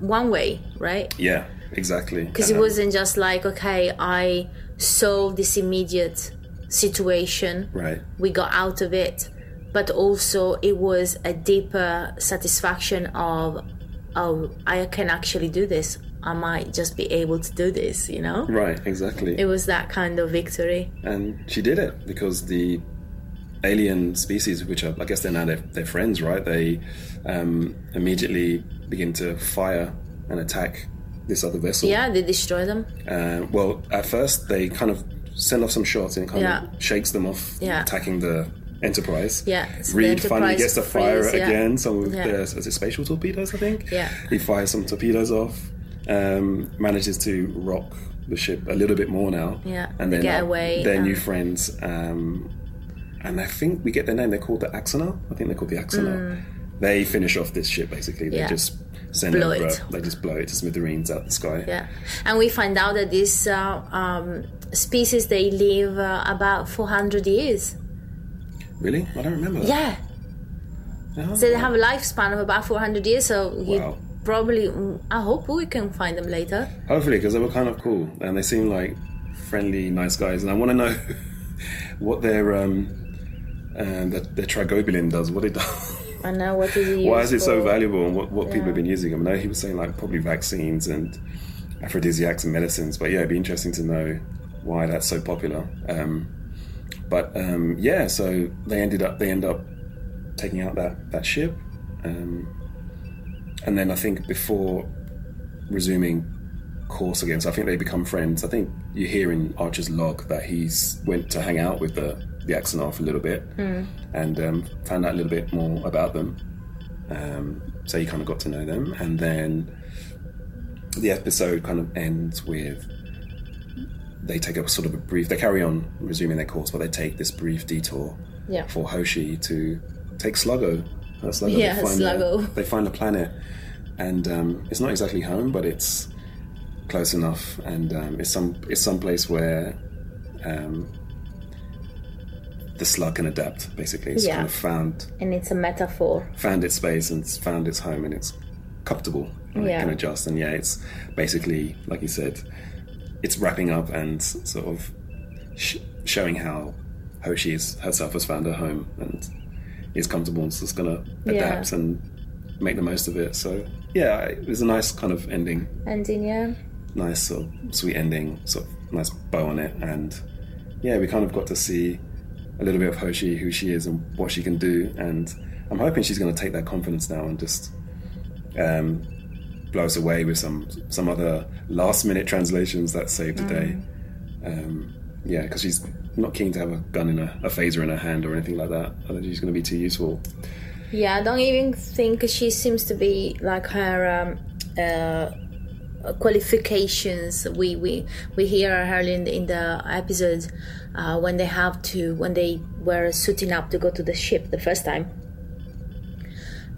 S2: one way, right?
S1: Yeah, exactly.
S2: Because it wasn't just like okay, I solved this immediate situation.
S1: right.
S2: we got out of it but also it was a deeper satisfaction of oh i can actually do this i might just be able to do this you know
S1: Right, exactly.
S2: it was that kind of victory
S1: and she did it because the alien species, which are, I guess they're now their, their friends, right? They um, immediately begin to fire and attack this other vessel.
S2: yeah they destroy them
S1: Uh, well, at first they kind of send off some shots and kind
S2: Yeah.
S1: of shakes them off,
S2: Yeah.
S1: attacking the Enterprise.
S2: Yeah, so the
S1: Reed finally
S2: Enterprise
S1: gets to fire
S2: frees,
S1: it
S2: yeah.
S1: again. Some of
S2: Yeah.
S1: the is it spatial torpedoes, I think.
S2: Yeah.
S1: He fires some torpedoes off. Um, manages to rock the ship a little bit more now.
S2: Yeah,
S1: And
S2: they
S1: then
S2: get
S1: uh,
S2: away,
S1: Their new
S2: um,
S1: friends. Um, and I think we get their name. They're called the Axonar. I think they're called the Axonar. They finish off this ship basically. They
S2: Mm. Yeah.
S1: just send
S2: Blow
S1: over.
S2: it.
S1: They just blow it to smithereens out the sky.
S2: yeah and we find out that this uh, um, species they live uh, about 400 years
S1: Really? I don't remember. that.
S2: yeah
S1: Oh.
S2: so they have a lifespan of about 400 years so you
S1: Wow.
S2: probably i hope we can find them later
S1: Hopefully, because they were kind of cool and they seemed like friendly, nice guys. And I want to know what their um, um, their, their trigobulin does. What it does.
S2: i know what is it
S1: Why
S2: used
S1: is it so
S2: for.
S1: valuable and what, what people have been using? I mean, I know he was saying like probably vaccines and aphrodisiacs and medicines, but yeah, it'd be interesting to know why that's so popular. Um, but um, yeah, so they ended up they end up taking out that that ship, um, and then I think before resuming course again, so I think they become friends. I think you hear in Archer's log that he's went to hang out with the the Axonar for a little bit
S2: Hmm.
S1: and um, found out a little bit more about them. Um, so you kind of got to know them, and then the episode kind of ends with they take a sort of a brief. They carry on resuming their course, but they take this brief detour
S2: Yeah.
S1: for Hoshi to take Sluggo. Uh, Sluggo
S2: Yeah,
S1: they find
S2: Sluggo.
S1: A, they find a planet, and um, it's not exactly home, but it's close enough, and um, it's some it's some place where um, the slug can adapt. Basically, it's
S2: Yeah.
S1: kind of found
S2: and it's a metaphor
S1: found its space and it's found its home and it's comfortable and
S2: Yeah.
S1: it can adjust and yeah it's basically like you said it's wrapping up and s- sort of sh- showing how Hoshi is, herself has found her home and is comfortable and is just gonna adapt and make the most of it so yeah it was a nice kind of ending
S2: and in yeah
S1: nice sort of sweet ending, sort of nice bow on it, and yeah, we kind of got to see a little bit of Hoshi, who she is, and what she can do, and I'm hoping she's going to take that confidence now and just um, blow us away with some some other last minute translations that saved the day. Um, yeah, because she's not keen to have a gun in her, a phaser in her hand or anything like that. I think she's going to be too useful.
S2: yeah i don't even think she seems to be like her um uh qualifications we we we hear early in the, in the episode uh, when they have to when they were suiting up to go to the ship the first time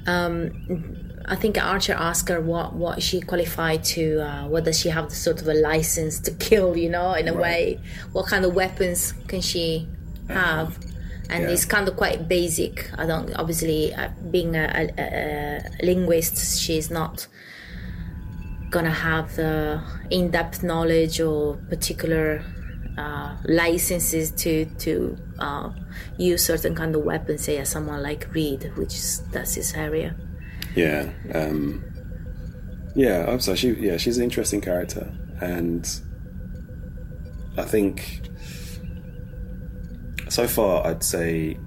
S2: I think Archer asked her what, what she qualified to, uh, what does she have the sort of a license to kill, you know, in a
S1: Right.
S2: way. What kind of weapons can she have? And
S1: yeah.
S2: it's kind of quite basic. I don't, obviously, uh, being a, a, a linguist, she's not gonna have the in depth knowledge or particular uh, licenses to, to uh, use certain kind of weapons, say, as someone like Reed, which is, that's his area.
S1: Yeah. Um, yeah, I'm sorry. She, yeah, she's an interesting character, and I think so far I'd say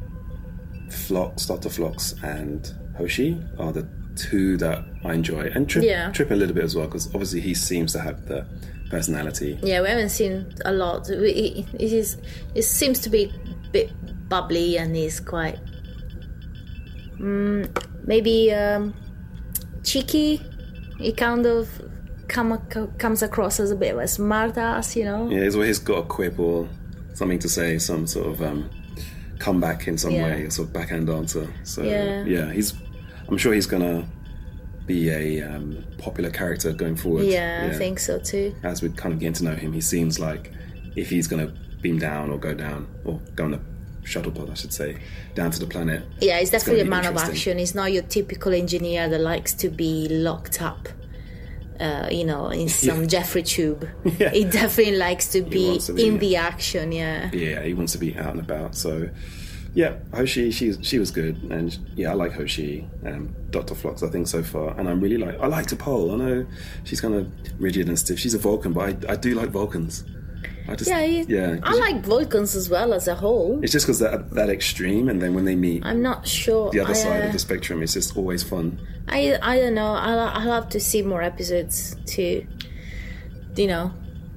S1: Flox, Doctor Flox, and Hoshi are the two that I enjoy, and Trip,
S2: Yeah.
S1: Trip a little bit as well, because obviously he seems to have the personality.
S2: Yeah, we haven't seen a lot. We, it, it is. It seems to be a bit bubbly and is quite mm, maybe um, cheeky. It kind of come, ac- comes across as a bit of a smart ass, you know.
S1: Yeah, he's always got a quip or something to say, some sort of um, comeback in some
S2: Yeah.
S1: way, a sort of backhand answer. So
S2: Yeah.
S1: he's. I'm sure he's gonna be a um, popular character going forward.
S2: Yeah, I think so too.
S1: as we kind of getting to know him, he seems like if he's gonna beam down or go down or go on a shuttle pod, I should say, down to the planet.
S2: Yeah, it's
S1: gonna
S2: definitely a
S1: be
S2: man of
S1: interesting.
S2: action. He's not your typical engineer that likes to be locked up, uh, you know, in some Jeffrey tube.
S1: Yeah.
S2: He definitely likes to be
S1: wants to be-
S2: in the action, yeah.
S1: yeah, he wants to be out and about. So, yeah, Hoshi, she she was good, and yeah, I like Hoshi and Doctor Flox. I think so far, and I'm really like I like to poll. I know she's kind of rigid and stiff. She's a Vulcan, but I, I do like Vulcans. I just
S2: Yeah, you-
S1: yeah. 'cause
S2: I like Vulcans as well as a whole.
S1: It's just because that that extreme, and then when they meet
S2: I'm not sure.
S1: the other
S2: I,
S1: side
S2: uh,
S1: of the spectrum, it's just always fun.
S2: I, I don't know. I'll, I'll have to see more episodes to, you know,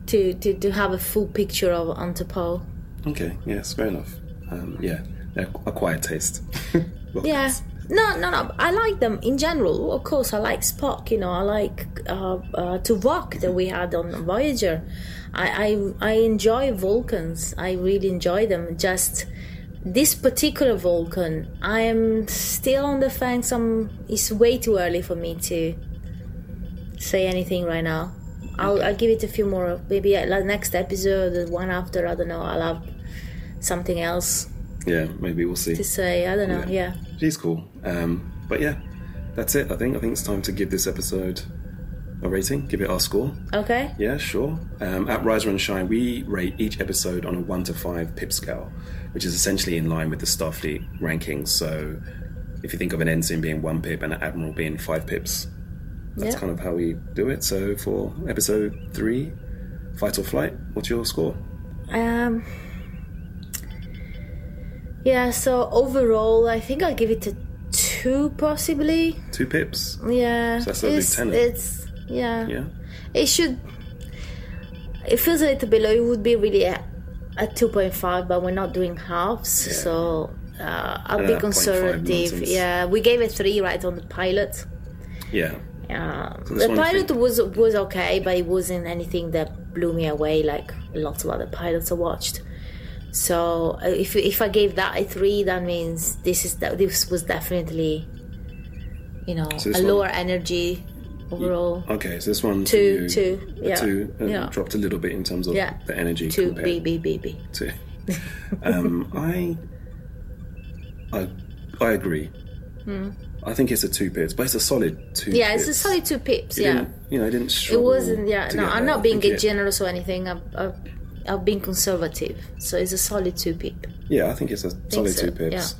S2: to, to, to have a full picture of Antipole.
S1: Okay, yes, fair enoff. Um, yeah, they're acquired taste. Vulcans.
S2: Yeah. No, no, no. I like them in general. Of course, I like Spock. You know, I like uh, uh, Tuvok that we had on Voyager. I, I, I enjoy Vulcans. I really enjoy them. Just this particular Vulcan, I am still on the fence. I'm, it's way too early for me to say anything right now. I'll, I'll give it a few more. Maybe uh, like next episode, the one after. I don't know. I'll have something else
S1: yeah, maybe we'll see.
S2: to say. I don't know.
S1: Yeah.
S2: yeah.
S1: She's cool. Um, but yeah, that's it. I think I think it's time to give this episode a rating. Give it our score.
S2: Okay.
S1: Yeah, sure. Um, at Rise Run Shine, we rate each episode on a one to five pip scale, which is essentially in line with the Starfleet rankings. So, if you think of an ensign being one pip and an admiral being five pips, that's
S2: Yeah.
S1: kind of how we do it. So, for episode three, fight or flight, what's your score?
S2: Um. Yeah. So overall, I think I'll give it a two, possibly.
S1: Two pips.
S2: Yeah.
S1: So that's a
S2: it's,
S1: lieutenant.
S2: It's yeah.
S1: Yeah.
S2: It should. It feels a little bit low. It would be really a, a two point five, but we're not doing halves, so. Uh, I'll
S1: don't
S2: be
S1: know, 0.5
S2: conservative.
S1: nonsense.
S2: Yeah, we gave it three right on the pilot.
S1: Yeah.
S2: Yeah,
S1: this
S2: the
S1: one I
S2: pilot
S1: think-
S2: was was okay, but it wasn't anything that blew me away like lots of other pilots I watched. So uh, if if I gave that a three, that means this is that this was definitely, you know,
S1: So this
S2: a
S1: one-
S2: lower energy overall.
S1: Okay, so this one
S2: Two,
S1: you-
S2: two,
S1: a
S2: yeah,
S1: two, and
S2: yeah.
S1: dropped a little bit in terms of
S2: Yeah.
S1: the energy
S2: Two
S1: compared
S2: B B B B.
S1: to. Um, I, I, I agree. I think it's a two pips, but it's a solid two.
S2: Hmm. Yeah, it's a
S1: pips.
S2: solid two pips.
S1: It
S2: Yeah,
S1: didn't- you know, I didn't.
S2: it
S1: struggle
S2: wasn't. Yeah,
S1: to
S2: no,
S1: get
S2: I'm
S1: there.
S2: not
S1: I
S2: being
S1: think it-
S2: generous or anything. I've, I've, I've been conservative, so it's a solid two pip.
S1: Yeah, I think it's a solid
S2: so,
S1: two pips.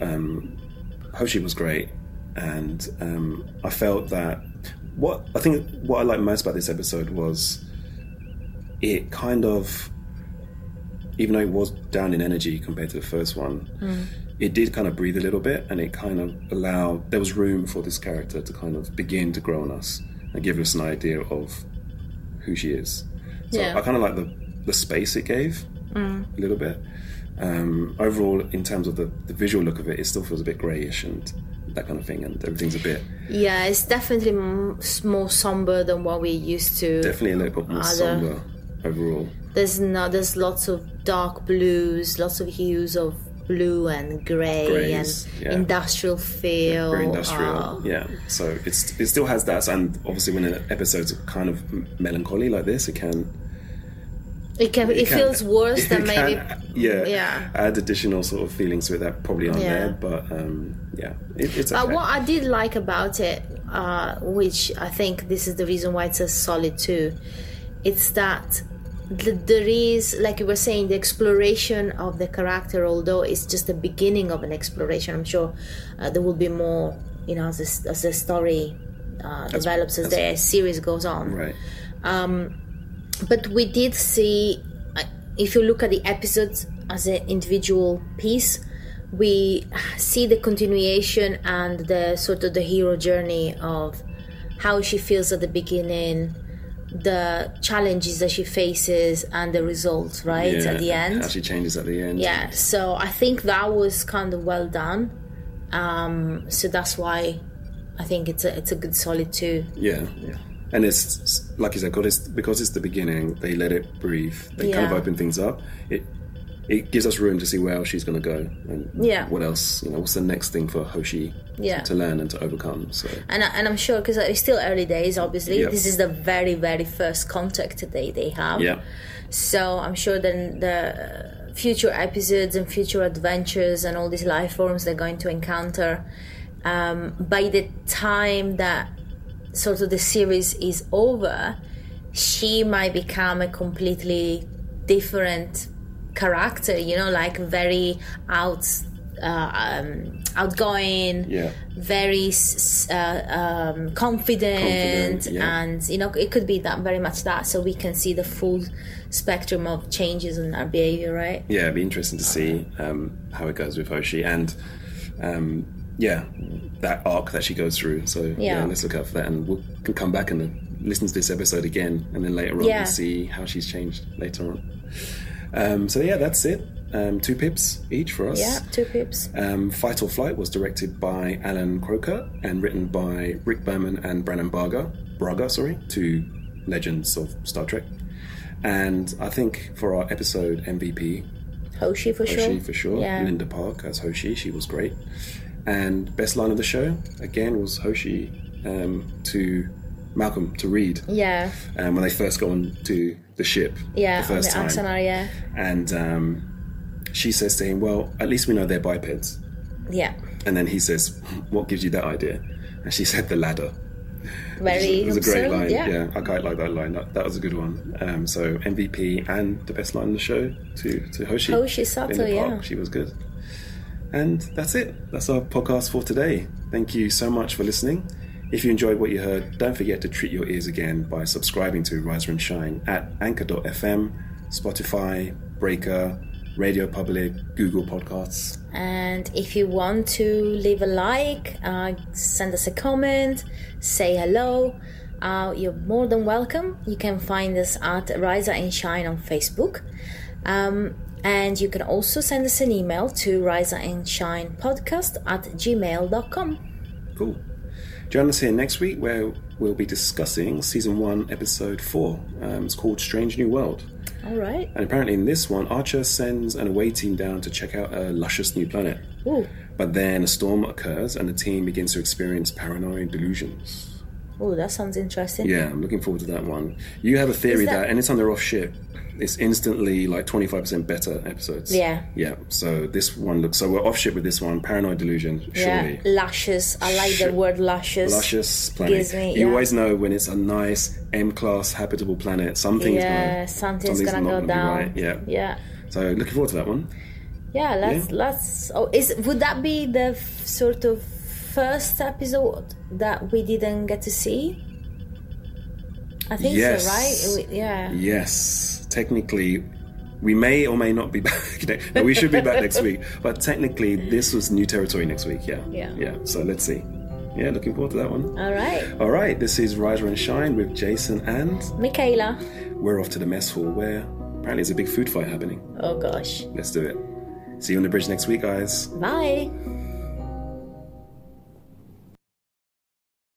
S1: Um, Hoshi was great, and um, I felt that what I think what I liked most about this episode was it kind of, even though it was down in energy compared to the first one,
S2: Mm.
S1: it did kind of breathe a little bit, and it kind of allowed there was room for this character to kind of begin to grow on us and give us an idea of who she is. So
S2: Yeah. Mm.
S1: I kind of like the the space it gave a little bit. Um, overall, in terms of the, the visual look of it, it still feels a bit greyish and that kind of thing, and everything's a bit
S2: Yeah, it's definitely m- s- more somber than what we're used to.
S1: definitely a little bit more
S2: Other-
S1: somber overall.
S2: There's no, there's lots of dark blues, lots of hues of blue and grey
S1: Greys,
S2: and
S1: yeah.
S2: industrial feel.
S1: Very industrial,
S2: uh,
S1: yeah. So it's it still has that, and obviously when an episode's kind of m- melancholy like this, it can
S2: it can, it,
S1: can-
S2: feels worse than
S1: it
S2: maybe.
S1: can, yeah,
S2: yeah.
S1: add additional sort of feelings to it that probably aren't
S2: Yeah.
S1: there, but um, yeah, it, it's okay.
S2: But what I did like about it, uh, which I think this is the reason why it's a solid two, it's that th- there is, like you were saying, the exploration of the character. Although it's just the beginning of an exploration, I'm sure uh, there will be more. You know, as the, as the story uh, develops, as the series goes on
S1: right?
S2: but we did see uh, if you look at the episodes as an individual piece we see the continuation and the sort of the hero journey of how she feels at the beginning the challenges that she faces and the results right
S1: Yeah,
S2: at the end
S1: How she changes at the end.
S2: yeah so i think that was kind of well done um so that's why i think it's a it's a good solid two
S1: Yeah, yeah. And it's like you said, because it's, because it's the beginning, they let it breathe. They kind of
S2: Yeah.
S1: open things up. It it gives us room to see where else she's going to go and
S2: Yeah.
S1: what else. You know, what's the next thing for Hoshi
S2: Yeah.
S1: to learn and to overcome. So
S2: and, I, and i'm sure because it's still early days obviously
S1: Yep.
S2: this is the very very first contact that they, they have
S1: yeah,
S2: so i'm sure then the uh, future episodes and future adventures and all these life forms they're going to encounter um, by the time that sort of the series is over she might become a completely different character you know like very out uh, um, outgoing
S1: yeah,
S2: very s- s- uh, um, confident,
S1: Confident, yeah.
S2: and you know it could be that very much that so we can see the full spectrum of changes in our behavior right
S1: yeah. It'd be interesting to see um, how it goes with Hoshi and um, yeah, that arc that she goes through. So yeah.
S2: Yeah.
S1: let's look out for that, and we'll can come back and listen to this episode again, and then later on
S2: Yeah.
S1: we'll see how she's changed later on. Um, so yeah, that's it. Um, two pips each for us.
S2: yeah two pips
S1: Um, Fight or Flight was directed by Alan Croker and written by Rick Berman and Brannon Braga, Braga, sorry, two legends of Star Trek. And I think for our episode MVP,
S2: hoshi for
S1: Hoshi
S2: sure
S1: for sure,
S2: yeah
S1: Linda Park as Hoshi, she was great. And best line of the show again was Hoshi um, to Malcolm to Reed
S2: yeah
S1: um, when they first go on to the ship.
S2: yeah
S1: the
S2: on
S1: first
S2: the
S1: time
S2: axonar yeah
S1: and um, she says to him, "Well, at least we know they're bipeds."
S2: yeah
S1: And then he says, "What gives you that idea?" And she said, "The ladder."
S2: very
S1: it was a great
S2: absurd,
S1: line.
S2: yeah.
S1: I quite like that line. That, that was a good one. Um, so MVP and the best line in the show to to Hoshi.
S2: Hoshi Sato,
S1: in the park.
S2: yeah.
S1: she was good. And that's it. That's our podcast for today. Thank you so much for listening. If you enjoyed what you heard, don't forget to treat your ears again by subscribing to Riser and Shine at anchor.fm, Spotify, Breaker, Radio Public, Google Podcasts.
S2: and if you want to leave a like uh, send us a comment say hello uh, you're more than welcome you can find us at Riser and shine on facebook um, and you can also send us an email to riser and shine podcast at gmail.com
S1: Cool. Join us here next week where we'll be discussing season one, episode four. Um, it's called Strange New World.
S2: all right
S1: And apparently, in this one, Archer sends an away team down to check out a luscious new planet.
S2: Ooh.
S1: But then a storm occurs and the team begins to experience paranoid delusions.
S2: oh that sounds interesting
S1: Yeah, I'm looking forward to that one. You have a theory
S2: Is
S1: that,
S2: that-
S1: anytime they're off ship, it's instantly like 25% better episodes.
S2: Yeah.
S1: Yeah. So this one looks. So we're off ship with this one, Paranoid Delusion, surely.
S2: Yeah, lashes. I like the
S1: Sh-
S2: word lashes.
S1: Luscious planet.
S2: Gives me-
S1: You
S2: yeah.
S1: always know when it's a nice M class habitable planet, something's
S2: Yeah,
S1: going
S2: something's
S1: something's
S2: gonna
S1: not gonna
S2: go
S1: be
S2: down.
S1: right, yeah.
S2: yeah.
S1: So looking forward to that one.
S2: Yeah, let's let's. Oh, is would that be the f- sort of first episode that we didn't get to see? I think
S1: Yes.
S2: so, right? We- yeah.
S1: Yes, technically, we may or may not be back. ne- no, we should be back next week. But technically, this was new territory next week. Yeah.
S2: Yeah.
S1: Yeah. So let's see. Yeah, looking forward to that one.
S2: All right,
S1: All right, this is Riser and Shine with Jason, and
S2: Michaela.
S1: we're off to the mess hall where apparently there's a big food fight happening.
S2: Oh gosh.
S1: Let's do it. See you on the bridge next week, guys.
S2: Bye.